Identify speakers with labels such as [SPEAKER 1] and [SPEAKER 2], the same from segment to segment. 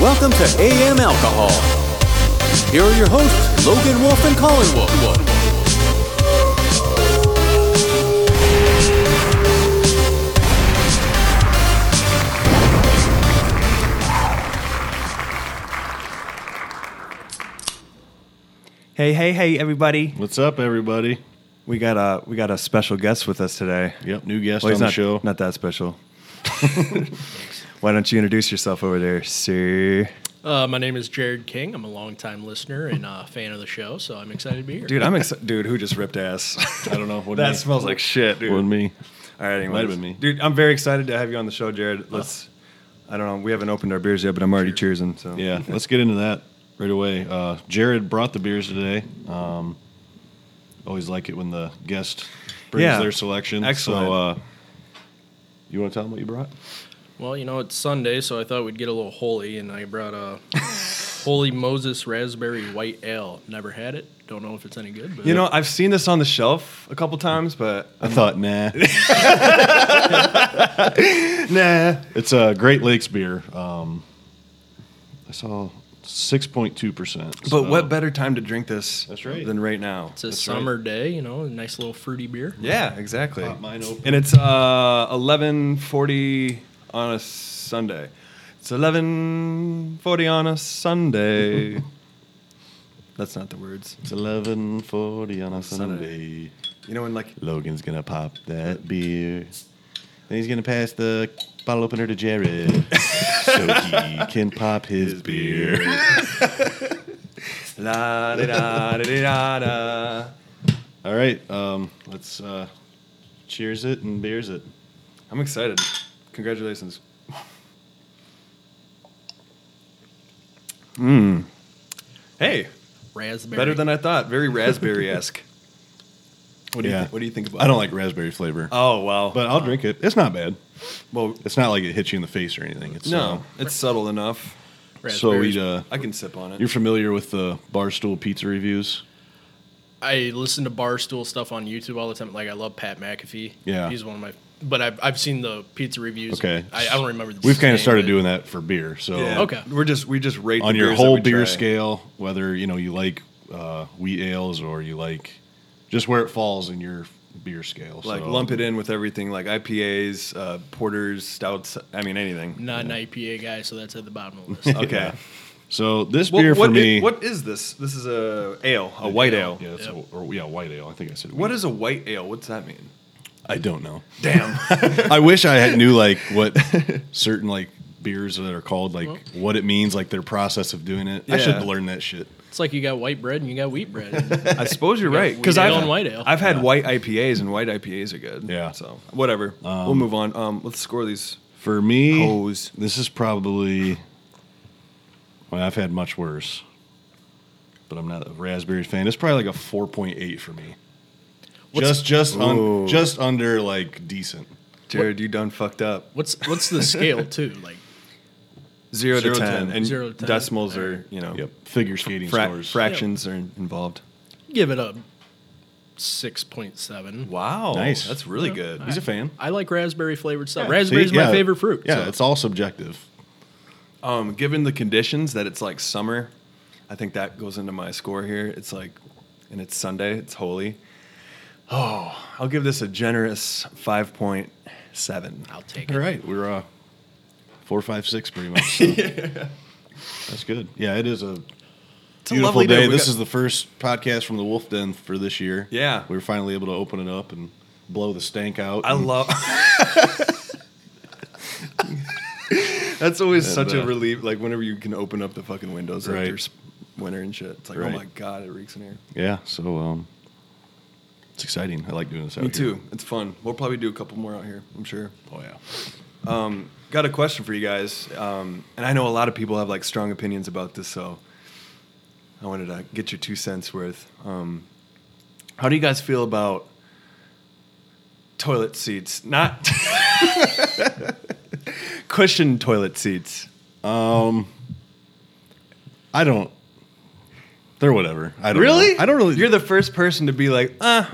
[SPEAKER 1] Welcome to AM Alcohol. Here are your hosts, Logan Wolf and Colin Wolf.
[SPEAKER 2] Hey, hey, hey, everybody!
[SPEAKER 3] What's up, everybody?
[SPEAKER 4] We got a we got a special guest with us today.
[SPEAKER 3] Yep, new guest
[SPEAKER 4] Well,
[SPEAKER 3] on
[SPEAKER 4] he's
[SPEAKER 3] the
[SPEAKER 4] not,
[SPEAKER 3] show.
[SPEAKER 4] Not that special. Why don't you introduce yourself over there, sir?
[SPEAKER 5] Uh, my name is Jared King. I'm a longtime listener and a fan of the show, so I'm excited to be here.
[SPEAKER 4] Dude, I'm excited. dude, who just ripped ass?
[SPEAKER 3] I don't know. What
[SPEAKER 4] that
[SPEAKER 3] me.
[SPEAKER 4] smells like shit, dude.
[SPEAKER 3] Wasn't me.
[SPEAKER 4] All right, anyways.
[SPEAKER 3] Might have been me.
[SPEAKER 4] Dude, I'm very excited to have you on the show, Jared. Let's. I don't know. We haven't opened our beers yet, but I'm already cheersing. So
[SPEAKER 3] Yeah, let's get into that right away. Uh, Jared brought the beers today. Um, always like it when the guest brings
[SPEAKER 4] Yeah.
[SPEAKER 3] their selection.
[SPEAKER 4] Excellent.
[SPEAKER 3] So, uh, you want to tell them what you brought?
[SPEAKER 5] Well, you know, it's Sunday, so I thought we'd get a little holy, and I brought a Holy Moses Raspberry White Ale. Never had it. Don't know if it's any good, but
[SPEAKER 4] You know, I've seen this on the shelf a couple times, but
[SPEAKER 3] I thought, nah. nah. It's a Great Lakes beer. Um, I saw 6.2%.
[SPEAKER 4] but what better time to drink this?
[SPEAKER 3] That's right.
[SPEAKER 4] Than right now.
[SPEAKER 5] it's a summer day, you know, a nice little fruity beer.
[SPEAKER 4] Yeah, exactly.
[SPEAKER 3] Pop mine open.
[SPEAKER 4] And it's uh, eleven forty on a Sunday. It's eleven forty on a Sunday. That's not the words.
[SPEAKER 3] It's 11.40 on a Sunday.
[SPEAKER 4] You know when like
[SPEAKER 3] Logan's gonna pop that beer. Then he's gonna pass the bottle opener to Jared so he can pop his, beer.
[SPEAKER 4] la da da da da da.
[SPEAKER 3] All right, um, let's uh, cheers it and beers it.
[SPEAKER 4] I'm excited. Congratulations. Mm. Hmm. Hey,
[SPEAKER 5] Raspberry.
[SPEAKER 4] better than I thought. Very raspberry esque. What do you
[SPEAKER 3] Yeah.
[SPEAKER 4] thi- What do you think about?
[SPEAKER 3] I don't like raspberry flavor,
[SPEAKER 4] Oh wow.
[SPEAKER 3] but I'll drink it. It's not bad.
[SPEAKER 4] well,
[SPEAKER 3] It's not like it hits you in the face or anything. It's
[SPEAKER 4] no, it's subtle enough.
[SPEAKER 3] Uh,
[SPEAKER 5] Raspberries.
[SPEAKER 3] so we, uh,
[SPEAKER 4] I can sip on it.
[SPEAKER 3] you're familiar with the Barstool Pizza reviews?
[SPEAKER 5] I listen to Barstool stuff on YouTube all the time. Like, I love Pat McAfee.
[SPEAKER 3] Yeah.
[SPEAKER 5] He's one of my. But I've, I've seen the pizza reviews.
[SPEAKER 3] Okay,
[SPEAKER 5] I, I don't remember the
[SPEAKER 3] We've kind of
[SPEAKER 5] name,
[SPEAKER 3] started
[SPEAKER 5] but-
[SPEAKER 3] doing that for beer. So
[SPEAKER 4] Yeah.
[SPEAKER 5] Okay.
[SPEAKER 4] We're just we just rate
[SPEAKER 3] on
[SPEAKER 4] the
[SPEAKER 3] your
[SPEAKER 4] beers
[SPEAKER 3] whole
[SPEAKER 4] that we
[SPEAKER 3] beer
[SPEAKER 4] try.
[SPEAKER 3] scale, whether you know you like uh, wheat ales or you like just where it falls in your beer scale.
[SPEAKER 4] Like
[SPEAKER 3] So-
[SPEAKER 4] lump it in with everything, like IPAs, uh, porters, stouts. I mean anything.
[SPEAKER 5] Not an IPA guy, so that's at the bottom of the list.
[SPEAKER 4] Okay.
[SPEAKER 3] So this
[SPEAKER 4] Well,
[SPEAKER 3] beer
[SPEAKER 4] what
[SPEAKER 3] for
[SPEAKER 4] i-
[SPEAKER 3] me,
[SPEAKER 4] what is this? This is a ale, a white ale.
[SPEAKER 3] Yeah, it's a-
[SPEAKER 5] Yep.
[SPEAKER 3] or, yeah, white ale. I think I said.
[SPEAKER 4] What
[SPEAKER 3] wheat.
[SPEAKER 4] is a white ale? What's that mean?
[SPEAKER 3] I don't know.
[SPEAKER 4] Damn.
[SPEAKER 3] I wish I had knew like what certain like beers that are called like what it means, like their process of doing it. I should
[SPEAKER 4] Yeah.
[SPEAKER 3] learn that shit.
[SPEAKER 5] It's like you got white bread and you got wheat bread.
[SPEAKER 4] I suppose you're right
[SPEAKER 5] wheat
[SPEAKER 4] because
[SPEAKER 5] ale
[SPEAKER 4] I've
[SPEAKER 5] and white ale.
[SPEAKER 4] I've had white IPAs and white IPAs are good.
[SPEAKER 3] Yeah.
[SPEAKER 4] So whatever. we'll move on. Um, let's score these.
[SPEAKER 3] For me,
[SPEAKER 4] Hose.
[SPEAKER 3] this is probably. Well, I've had much worse, but I'm not a raspberry fan. It's probably like a 4.8 for me. just just un,
[SPEAKER 4] Ooh.
[SPEAKER 3] just under like decent.
[SPEAKER 4] Jared, you done fucked up.
[SPEAKER 5] what's what's the scale too? Like
[SPEAKER 4] Zero,
[SPEAKER 3] Zero
[SPEAKER 4] to
[SPEAKER 3] to
[SPEAKER 4] ten,
[SPEAKER 3] ten.
[SPEAKER 4] and
[SPEAKER 5] Zero to ten.
[SPEAKER 4] decimals are you know
[SPEAKER 3] Yep, figure skating
[SPEAKER 4] fra-
[SPEAKER 3] scores.
[SPEAKER 4] fractions are involved.
[SPEAKER 5] give it a six point seven.
[SPEAKER 4] Wow,
[SPEAKER 3] Nice.
[SPEAKER 4] That's really good.
[SPEAKER 3] He's a fan.
[SPEAKER 5] I like raspberry flavored stuff.
[SPEAKER 3] Yeah,
[SPEAKER 5] Raspberry's
[SPEAKER 3] see?
[SPEAKER 5] my
[SPEAKER 3] Yeah.
[SPEAKER 5] favorite fruit.
[SPEAKER 3] Yeah,
[SPEAKER 5] so.
[SPEAKER 3] it's all subjective.
[SPEAKER 4] Um, given the conditions that it's like summer, I think that goes into my score here. It's like, and it's Sunday. It's holy. Oh, I'll give this a generous five point seven.
[SPEAKER 5] I'll take
[SPEAKER 3] All
[SPEAKER 5] it.
[SPEAKER 3] right, we're uh, four, five, six, pretty much. so. That's good. Yeah, it is a
[SPEAKER 4] a
[SPEAKER 3] beautiful
[SPEAKER 4] lovely
[SPEAKER 3] day.
[SPEAKER 4] day. We
[SPEAKER 3] This
[SPEAKER 4] got-
[SPEAKER 3] is the first podcast from the Wolf Den for this year.
[SPEAKER 4] Yeah.
[SPEAKER 3] we were finally able to open it up and blow the stank out.
[SPEAKER 4] I
[SPEAKER 3] and-
[SPEAKER 4] love. That's always such a
[SPEAKER 3] uh,
[SPEAKER 4] relief. Like whenever you can open up the fucking windows
[SPEAKER 3] Right.
[SPEAKER 4] after s- winter and shit. It's like,
[SPEAKER 3] Right.
[SPEAKER 4] oh my god, it reeks in here.
[SPEAKER 3] Yeah, so um, it's exciting. I like doing this. Out
[SPEAKER 4] Me
[SPEAKER 3] here.
[SPEAKER 4] too. It's fun. We'll probably do a couple more out here. I'm sure.
[SPEAKER 3] Oh yeah.
[SPEAKER 4] Got a question for you guys, um, and I know a lot of people have like strong opinions about this, so I wanted to get your two cents worth. Um, how do you guys feel about toilet seats? Not cushion toilet seats.
[SPEAKER 3] I don't. They're whatever. I don't
[SPEAKER 4] Really?
[SPEAKER 3] know. I don't really.
[SPEAKER 4] You're the first person to be like, uh,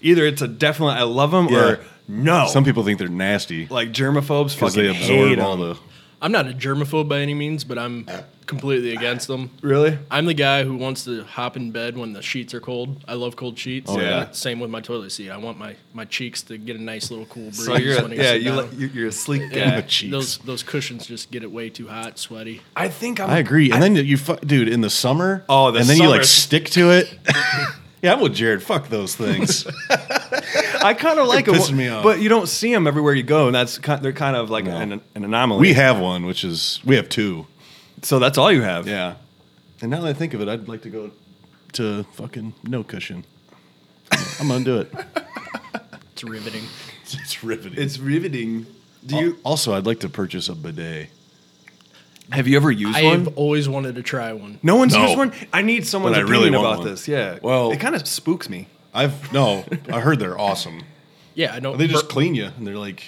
[SPEAKER 4] either it's a definite I love them
[SPEAKER 3] Yeah.
[SPEAKER 4] or no.
[SPEAKER 3] Some people think they're nasty
[SPEAKER 4] like germaphobes
[SPEAKER 3] because
[SPEAKER 4] fucking
[SPEAKER 3] they
[SPEAKER 4] hate
[SPEAKER 3] absorb
[SPEAKER 4] 'em.
[SPEAKER 3] all the
[SPEAKER 5] I'm not a germaphobe by any means, but I'm completely against them.
[SPEAKER 4] Really?
[SPEAKER 5] I'm the guy who wants to hop in bed when the sheets are cold. I love cold sheets.
[SPEAKER 4] Oh, yeah.
[SPEAKER 5] Same with my toilet seat. I want my, my cheeks to get a nice little cool breeze.
[SPEAKER 4] So you're a,
[SPEAKER 5] when I
[SPEAKER 4] yeah,
[SPEAKER 5] sit
[SPEAKER 4] you
[SPEAKER 5] down.
[SPEAKER 4] li- you- you're a sleek guy.
[SPEAKER 5] yeah,
[SPEAKER 3] cheeks.
[SPEAKER 5] those those cushions just get it way too hot, sweaty.
[SPEAKER 4] I think I'm,
[SPEAKER 3] I agree. And then you, fu- dude, in the summer.
[SPEAKER 4] Oh, the
[SPEAKER 3] and then you
[SPEAKER 4] summer.
[SPEAKER 3] like stick to it. yeah, I'm with Jared. Fuck those things.
[SPEAKER 4] I kind of like
[SPEAKER 3] It
[SPEAKER 4] them,
[SPEAKER 3] pisses me off.
[SPEAKER 4] but you don't see them everywhere you go, and that's kind, they're kind of like
[SPEAKER 3] No.
[SPEAKER 4] an, an anomaly.
[SPEAKER 3] we have one, which is we have two.
[SPEAKER 4] so that's all you have.
[SPEAKER 3] Yeah. And now that I think of it, I'd like to go to fucking no cushion. I'm gonna do it.
[SPEAKER 5] It's riveting.
[SPEAKER 3] It's riveting.
[SPEAKER 4] it's riveting. Do
[SPEAKER 3] Oh.
[SPEAKER 4] you
[SPEAKER 3] also, I'd like to purchase a bidet.
[SPEAKER 4] have you ever used
[SPEAKER 5] I've
[SPEAKER 4] one?
[SPEAKER 5] always wanted to try one.
[SPEAKER 4] No one's
[SPEAKER 3] No.
[SPEAKER 4] used one. I need someone's
[SPEAKER 3] But I really
[SPEAKER 4] opinion
[SPEAKER 3] want
[SPEAKER 4] about
[SPEAKER 3] one.
[SPEAKER 4] this. Yeah.
[SPEAKER 3] Well-
[SPEAKER 4] it kind of spooks me.
[SPEAKER 3] I've no. I heard they're awesome.
[SPEAKER 5] Yeah, I know.
[SPEAKER 3] They just clean you, and they're like,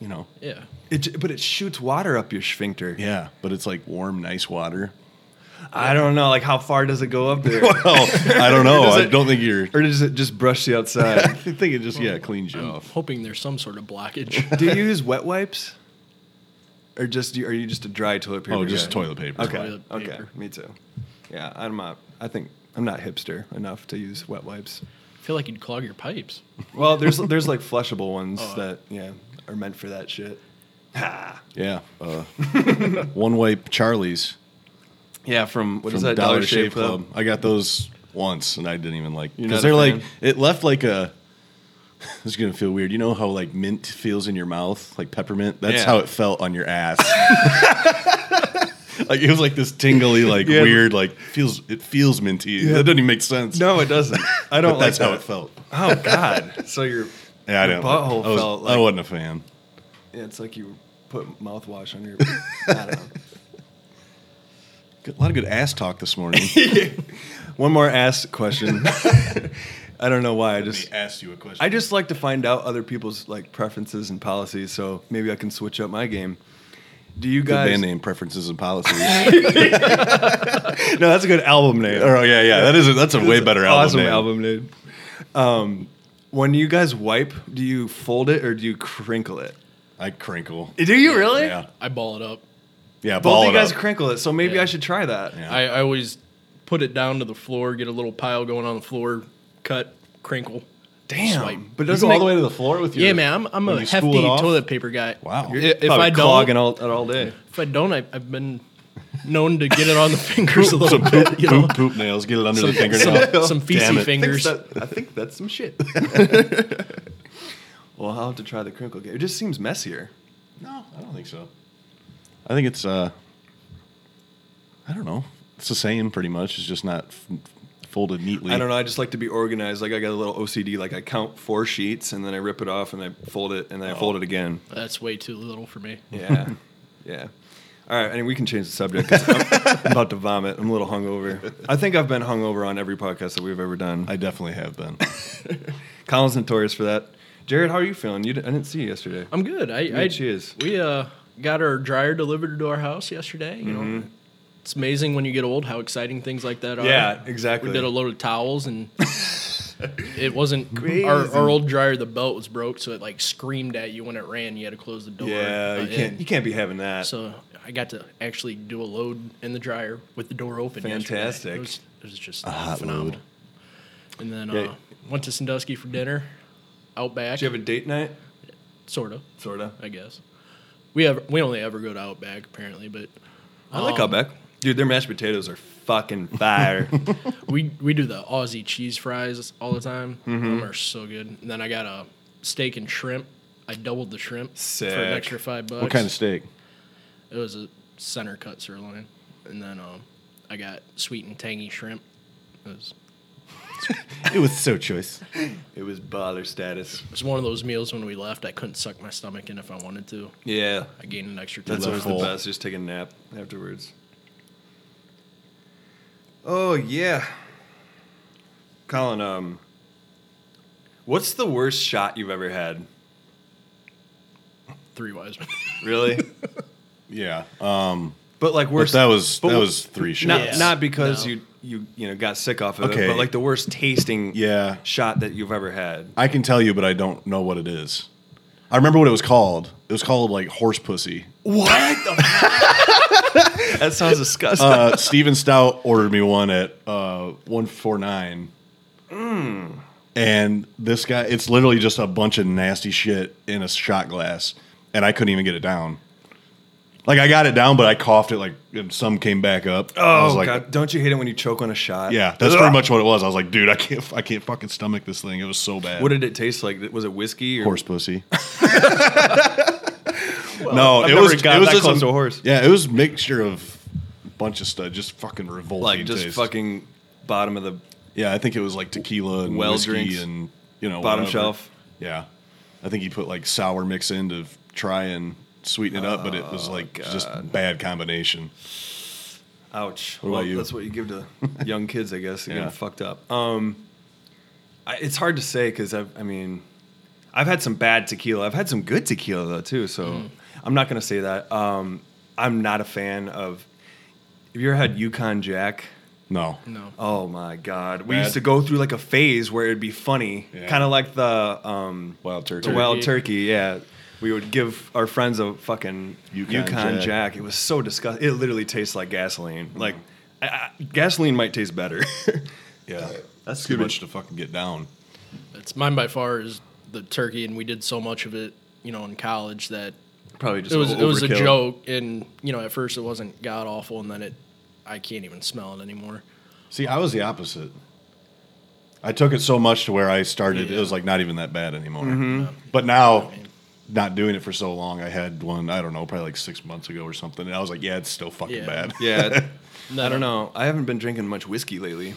[SPEAKER 3] you know,
[SPEAKER 5] yeah.
[SPEAKER 4] It, j- but it shoots water up your sphincter.
[SPEAKER 3] yeah. But it's like warm, nice water.
[SPEAKER 4] I don't know, like how far does it go up there,
[SPEAKER 3] Oh, I don't know.
[SPEAKER 4] Does
[SPEAKER 3] I
[SPEAKER 4] it-
[SPEAKER 3] don't think you're.
[SPEAKER 4] or does it just brush the
[SPEAKER 3] I
[SPEAKER 4] outside?
[SPEAKER 3] think it just yeah cleans you off.
[SPEAKER 5] Hoping there's some sort of blockage.
[SPEAKER 4] Do you use wet wipes, or just do you- are you just a dry toilet paper?
[SPEAKER 3] Oh, just
[SPEAKER 4] guy?
[SPEAKER 3] toilet paper.
[SPEAKER 4] Okay,
[SPEAKER 5] Toilet
[SPEAKER 4] okay,
[SPEAKER 5] paper.
[SPEAKER 4] me too. Yeah, I'm not. I think I'm not hipster enough to use wet wipes.
[SPEAKER 5] I feel like you'd clog your pipes.
[SPEAKER 4] Well, there's there's like flushable ones
[SPEAKER 5] Oh.
[SPEAKER 4] that yeah are meant for that shit.
[SPEAKER 3] Yeah. Uh, one wipe Charlie's
[SPEAKER 4] Yeah, from what is
[SPEAKER 3] from
[SPEAKER 4] that
[SPEAKER 3] Dollar, Shave, Club. I got those once, and I didn't even like
[SPEAKER 4] You're
[SPEAKER 3] because
[SPEAKER 4] not a
[SPEAKER 3] they're like
[SPEAKER 4] fan?
[SPEAKER 3] it left like a. This is gonna feel weird. You know how like mint feels in your mouth, like peppermint. That's
[SPEAKER 4] Yeah.
[SPEAKER 3] how it felt on your ass. like it was like this tingly, like
[SPEAKER 4] Yeah.
[SPEAKER 3] weird, like feels. It feels minty. That doesn't even make sense.
[SPEAKER 4] No, it doesn't. I
[SPEAKER 3] but
[SPEAKER 4] don't like
[SPEAKER 3] that's
[SPEAKER 4] that.
[SPEAKER 3] how it felt.
[SPEAKER 4] Oh God! So you're
[SPEAKER 3] Yeah,
[SPEAKER 4] Your
[SPEAKER 3] I didn't.
[SPEAKER 4] butthole
[SPEAKER 3] I, was,
[SPEAKER 4] felt
[SPEAKER 3] I
[SPEAKER 4] like-
[SPEAKER 3] wasn't a fan.
[SPEAKER 4] yeah, it's like you put mouthwash on your. I don't know.
[SPEAKER 3] Good- A lot of good ass talk this morning.
[SPEAKER 4] One more ask question. I don't know why. I just
[SPEAKER 3] asked you a question.
[SPEAKER 4] I just like to find out other people's like preferences and policies, so maybe I can switch up my game. Do you
[SPEAKER 3] good
[SPEAKER 4] guys?
[SPEAKER 3] band name preferences and policies.
[SPEAKER 4] No, that's a good album name.
[SPEAKER 3] oh yeah, yeah. That is a, that's a way
[SPEAKER 4] That's
[SPEAKER 3] better
[SPEAKER 4] an
[SPEAKER 3] album.
[SPEAKER 4] awesome
[SPEAKER 3] name.
[SPEAKER 4] album name. Um, when you guys wipe, do you fold it or do you crinkle it?
[SPEAKER 3] I crinkle.
[SPEAKER 4] Do you really?
[SPEAKER 3] Yeah,
[SPEAKER 5] I ball it up.
[SPEAKER 3] yeah.
[SPEAKER 4] Both
[SPEAKER 3] ball
[SPEAKER 4] of you
[SPEAKER 3] it
[SPEAKER 4] guys
[SPEAKER 3] up.
[SPEAKER 4] crinkle it, so maybe
[SPEAKER 5] Yeah.
[SPEAKER 4] I should try that.
[SPEAKER 3] Yeah.
[SPEAKER 5] I, I always put it down to the floor, get a little pile going on the floor, cut, crinkle.
[SPEAKER 4] Damn!
[SPEAKER 5] Swipe.
[SPEAKER 4] But
[SPEAKER 3] You
[SPEAKER 4] doesn't
[SPEAKER 3] go all
[SPEAKER 4] it-
[SPEAKER 3] the way to the floor with your
[SPEAKER 5] Yeah, man, I'm, I'm
[SPEAKER 3] when
[SPEAKER 5] a
[SPEAKER 3] you
[SPEAKER 5] hefty
[SPEAKER 3] spool it off?
[SPEAKER 5] toilet paper guy.
[SPEAKER 3] Wow.
[SPEAKER 5] I-
[SPEAKER 3] You're
[SPEAKER 5] If
[SPEAKER 4] probably
[SPEAKER 5] I
[SPEAKER 4] clogging
[SPEAKER 5] don't,
[SPEAKER 4] all, it all day.
[SPEAKER 5] if I don't, I, I've been known to get it on the fingers a little
[SPEAKER 3] Some
[SPEAKER 5] bit.
[SPEAKER 3] poop,
[SPEAKER 5] You know?
[SPEAKER 3] poop, poop nails. Get it under the
[SPEAKER 5] some,
[SPEAKER 3] fingernail.
[SPEAKER 5] some
[SPEAKER 3] Damn
[SPEAKER 5] feces
[SPEAKER 3] it.
[SPEAKER 5] fingers.
[SPEAKER 4] I think, that- I think that's some shit. well, I'll have to try the crinkle game. It just seems messier.
[SPEAKER 3] no, I don't think so. I think it's uh, I don't know. It's the same pretty much. It's just not f- folded neatly.
[SPEAKER 4] I don't know. I just like to be organized. Like I got a little OCD. Like I count four sheets and then I rip it off and I fold it and then I fold it again.
[SPEAKER 5] That's way too little for me.
[SPEAKER 4] Oh. Yeah, yeah. All right, and we can change the subject. 'cause I'm, I'm about to vomit. I'm a little hungover. I think I've been hungover on every podcast that we've ever done.
[SPEAKER 3] I definitely have been.
[SPEAKER 4] Colin's notorious for that. Jared, how are you feeling? You, di- I didn't see you yesterday.
[SPEAKER 5] I'm good. I,
[SPEAKER 4] Yeah,
[SPEAKER 5] I
[SPEAKER 4] cheers.
[SPEAKER 5] We uh, got our dryer delivered to our house yesterday. You know,
[SPEAKER 4] Mm-hmm.
[SPEAKER 5] it's amazing when you get old how exciting things like that are.
[SPEAKER 4] Yeah, exactly.
[SPEAKER 5] We did a load of towels and. It wasn't our, our old dryer. The belt was broke, so it like screamed at you when it ran. You had to close the door.
[SPEAKER 4] yeah, you
[SPEAKER 5] Uh,
[SPEAKER 4] can't. You can't be having that.
[SPEAKER 5] So I got to actually do a load in the dryer with the door open. yesterday.
[SPEAKER 4] Fantastic.
[SPEAKER 5] It was, it was just
[SPEAKER 3] hot
[SPEAKER 5] phenomenal.
[SPEAKER 3] load.
[SPEAKER 5] And then
[SPEAKER 4] Yeah.
[SPEAKER 5] uh, went to Sandusky for dinner. Out back,
[SPEAKER 4] Did you have a date night?
[SPEAKER 5] sort of.
[SPEAKER 4] Sort of.
[SPEAKER 5] I guess. We have we only ever go to Outback apparently, but
[SPEAKER 4] I
[SPEAKER 5] Oh.
[SPEAKER 4] like Outback. Dude, their mashed potatoes are fucking fire.
[SPEAKER 5] we we do the Aussie cheese fries all the time.
[SPEAKER 4] Mm-hmm.
[SPEAKER 5] Them are so good. And then I got a steak and shrimp. I doubled the shrimp for an
[SPEAKER 4] Sick.
[SPEAKER 5] extra five bucks.
[SPEAKER 3] what kind of steak?
[SPEAKER 5] It was a center cut sirloin, and then um, I got sweet and tangy shrimp. It was,
[SPEAKER 3] It was so choice.
[SPEAKER 4] it was baller status.
[SPEAKER 5] it was one of those meals when we left. I couldn't suck my stomach in if I wanted to.
[SPEAKER 4] Yeah,
[SPEAKER 5] I gained an extra.
[SPEAKER 4] that's
[SPEAKER 5] two
[SPEAKER 4] always
[SPEAKER 5] pounds.
[SPEAKER 4] the
[SPEAKER 3] full.
[SPEAKER 4] best. Just take a nap afterwards. Oh yeah, Colin. Um, what's the worst shot you've ever had?
[SPEAKER 5] three wise. men.
[SPEAKER 4] Really?
[SPEAKER 3] Yeah. Um,
[SPEAKER 4] but like
[SPEAKER 3] but
[SPEAKER 4] worst.
[SPEAKER 3] that was
[SPEAKER 4] but
[SPEAKER 3] that
[SPEAKER 4] w-
[SPEAKER 3] was three
[SPEAKER 4] not,
[SPEAKER 3] shots.
[SPEAKER 5] Yeah.
[SPEAKER 4] not because
[SPEAKER 5] No.
[SPEAKER 4] you you you know got sick off of
[SPEAKER 3] Okay.
[SPEAKER 4] it, but like the worst tasting
[SPEAKER 3] Yeah.
[SPEAKER 4] shot that you've ever had.
[SPEAKER 3] I can tell you, but I don't know what it is. I remember what it was called. It was called like horse pussy.
[SPEAKER 4] That sounds disgusting.
[SPEAKER 3] Uh, Steven Stout ordered me one at uh, 149. And this guy, it's literally just a bunch of nasty shit in a shot glass. And I couldn't even get it down. Like, I got it down, but I coughed it, like, and some came back up. I
[SPEAKER 4] oh
[SPEAKER 3] was like,
[SPEAKER 4] god, don't you hate it when you choke on a shot?
[SPEAKER 3] Yeah, that's
[SPEAKER 4] Ugh.
[SPEAKER 3] pretty much what it was. I was like, dude, I can't, I can't fucking stomach this thing. It was so bad.
[SPEAKER 4] What did it taste like? Was it whiskey or
[SPEAKER 3] horse pussy. no,
[SPEAKER 4] I've
[SPEAKER 3] it
[SPEAKER 4] never
[SPEAKER 3] was
[SPEAKER 4] gotten
[SPEAKER 3] it was
[SPEAKER 4] that
[SPEAKER 3] just
[SPEAKER 4] close to a horse.
[SPEAKER 3] Yeah, it was a mixture of a bunch of stuff, just fucking revolting.
[SPEAKER 4] like just
[SPEAKER 3] taste.
[SPEAKER 4] fucking bottom of the
[SPEAKER 3] Yeah, I think it was like tequila and
[SPEAKER 4] Well
[SPEAKER 3] whiskey
[SPEAKER 4] drinks.
[SPEAKER 3] and you know
[SPEAKER 4] Bottom
[SPEAKER 3] whatever.
[SPEAKER 4] shelf.
[SPEAKER 3] Yeah, I think he put like sour mix in to try and sweeten it up, but it
[SPEAKER 4] Oh,
[SPEAKER 3] was like just bad combination.
[SPEAKER 4] Ouch.
[SPEAKER 3] about
[SPEAKER 4] well,
[SPEAKER 3] you?
[SPEAKER 4] that's what you give to young kids, I guess. They're
[SPEAKER 3] Yeah.
[SPEAKER 4] getting fucked up. Um, I, it's hard to say because I mean, I've had some bad tequila. I've had some good tequila though too. So I'm not gonna say that. Um, I'm not a fan of. Have you ever had Yukon Jack?
[SPEAKER 3] No,
[SPEAKER 5] No.
[SPEAKER 4] Oh my God! We
[SPEAKER 3] Bad.
[SPEAKER 4] used to go through like a phase where it'd be funny,
[SPEAKER 3] Yeah.
[SPEAKER 4] kind of like the um,
[SPEAKER 3] wild turkey.
[SPEAKER 4] the wild turkey. Yeah, we would give our friends a fucking
[SPEAKER 3] Yukon
[SPEAKER 4] Yukon,
[SPEAKER 3] Jack.
[SPEAKER 4] Jack. It was so disgusting. It literally tastes like gasoline.
[SPEAKER 5] Mm-hmm.
[SPEAKER 4] Like I, I, gasoline might taste better.
[SPEAKER 3] Yeah,
[SPEAKER 4] That's
[SPEAKER 3] too
[SPEAKER 4] stupid.
[SPEAKER 3] much to fucking get down.
[SPEAKER 5] It's mine by far is the turkey, and we did so much of it, you know, in college that
[SPEAKER 4] Probably just
[SPEAKER 5] it was it was a
[SPEAKER 4] overkill.
[SPEAKER 5] joke, and you know, at first it wasn't god awful, and then it, I can't even smell it anymore.
[SPEAKER 3] See, I was the opposite. I took it so much to where I started. It
[SPEAKER 5] Yeah.
[SPEAKER 3] was like not even that bad anymore.
[SPEAKER 4] Mm-hmm.
[SPEAKER 3] But now, not doing it for so long, I had one. I don't know, probably like six months ago or something, and I was like, "Yeah, it's still fucking
[SPEAKER 5] Yeah.
[SPEAKER 3] bad."
[SPEAKER 4] Yeah,
[SPEAKER 5] And then
[SPEAKER 4] I don't
[SPEAKER 5] a-
[SPEAKER 4] know. I haven't been drinking much whiskey lately.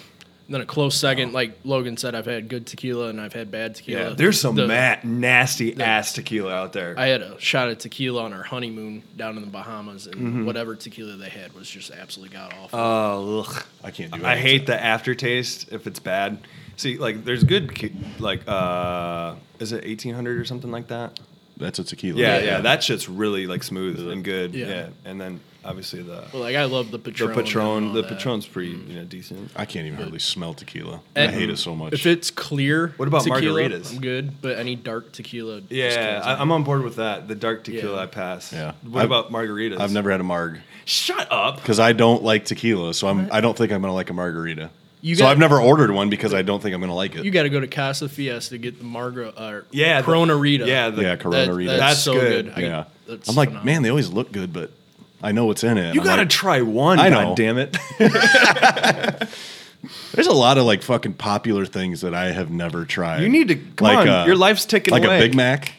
[SPEAKER 5] Then a close second, like Logan said, I've had good tequila and I've had bad
[SPEAKER 4] Yeah,
[SPEAKER 5] tequila.
[SPEAKER 4] there's some
[SPEAKER 5] The-
[SPEAKER 4] ma- nasty ass tequila out there.
[SPEAKER 5] I had a shot of tequila on our honeymoon down in the Bahamas, and
[SPEAKER 4] Mm-hmm.
[SPEAKER 5] whatever tequila they had was just absolutely god awful.
[SPEAKER 4] Oh, ugh.
[SPEAKER 3] I can't do.
[SPEAKER 4] I
[SPEAKER 3] it.
[SPEAKER 4] hate the aftertaste if it's bad. See, like there's good, ki- like uh, is it 1800 or something like that?
[SPEAKER 3] That's a tequila.
[SPEAKER 4] Yeah, yeah, that shit's really like smooth and good.
[SPEAKER 5] Yeah.
[SPEAKER 4] Yeah. and then obviously the
[SPEAKER 5] Well, like I love the
[SPEAKER 4] the
[SPEAKER 5] Patron. and
[SPEAKER 4] Patron,
[SPEAKER 5] all
[SPEAKER 4] the
[SPEAKER 5] that.
[SPEAKER 4] Patron's pretty you know decent.
[SPEAKER 3] I can't even hardly smell tequila. I
[SPEAKER 5] And
[SPEAKER 3] hate it so much.
[SPEAKER 5] If it's clear,
[SPEAKER 4] What about
[SPEAKER 5] tequila,
[SPEAKER 4] margaritas?
[SPEAKER 5] I'm good, but any dark tequila. just
[SPEAKER 4] Yeah,
[SPEAKER 5] kills me.
[SPEAKER 4] I, I'm on board with that. The dark tequila,
[SPEAKER 5] Yeah.
[SPEAKER 4] I pass.
[SPEAKER 3] Yeah.
[SPEAKER 4] What
[SPEAKER 3] I've-
[SPEAKER 4] about margaritas?
[SPEAKER 3] I've never had a marg
[SPEAKER 4] Shut up.
[SPEAKER 3] because I don't like tequila, so I'm. I don't think I'm gonna like a margarita.
[SPEAKER 5] You
[SPEAKER 3] so
[SPEAKER 5] got-
[SPEAKER 3] I've never ordered one because I don't think I'm gonna like it.
[SPEAKER 5] you got to go to Casa Fiesta to get the uh, marga or
[SPEAKER 4] Yeah, the-
[SPEAKER 5] Corona Rita.
[SPEAKER 4] Yeah, the,
[SPEAKER 3] yeah,
[SPEAKER 5] That-
[SPEAKER 3] Corona Rita.
[SPEAKER 5] that's,
[SPEAKER 4] That's
[SPEAKER 5] so
[SPEAKER 4] good.
[SPEAKER 5] good. I-
[SPEAKER 3] yeah,
[SPEAKER 5] that's
[SPEAKER 3] I'm like,
[SPEAKER 5] phenomenal.
[SPEAKER 3] man, they always look good, but I know what's in it. and
[SPEAKER 4] You
[SPEAKER 3] I'm
[SPEAKER 4] gotta
[SPEAKER 3] like,
[SPEAKER 4] try one.
[SPEAKER 3] I
[SPEAKER 4] I
[SPEAKER 3] know.
[SPEAKER 4] know. damn it.
[SPEAKER 3] There's a lot of like fucking popular things that I have never tried. uh,
[SPEAKER 4] You need to- come on, your life's ticking
[SPEAKER 3] Like
[SPEAKER 4] away.
[SPEAKER 3] a Big Mac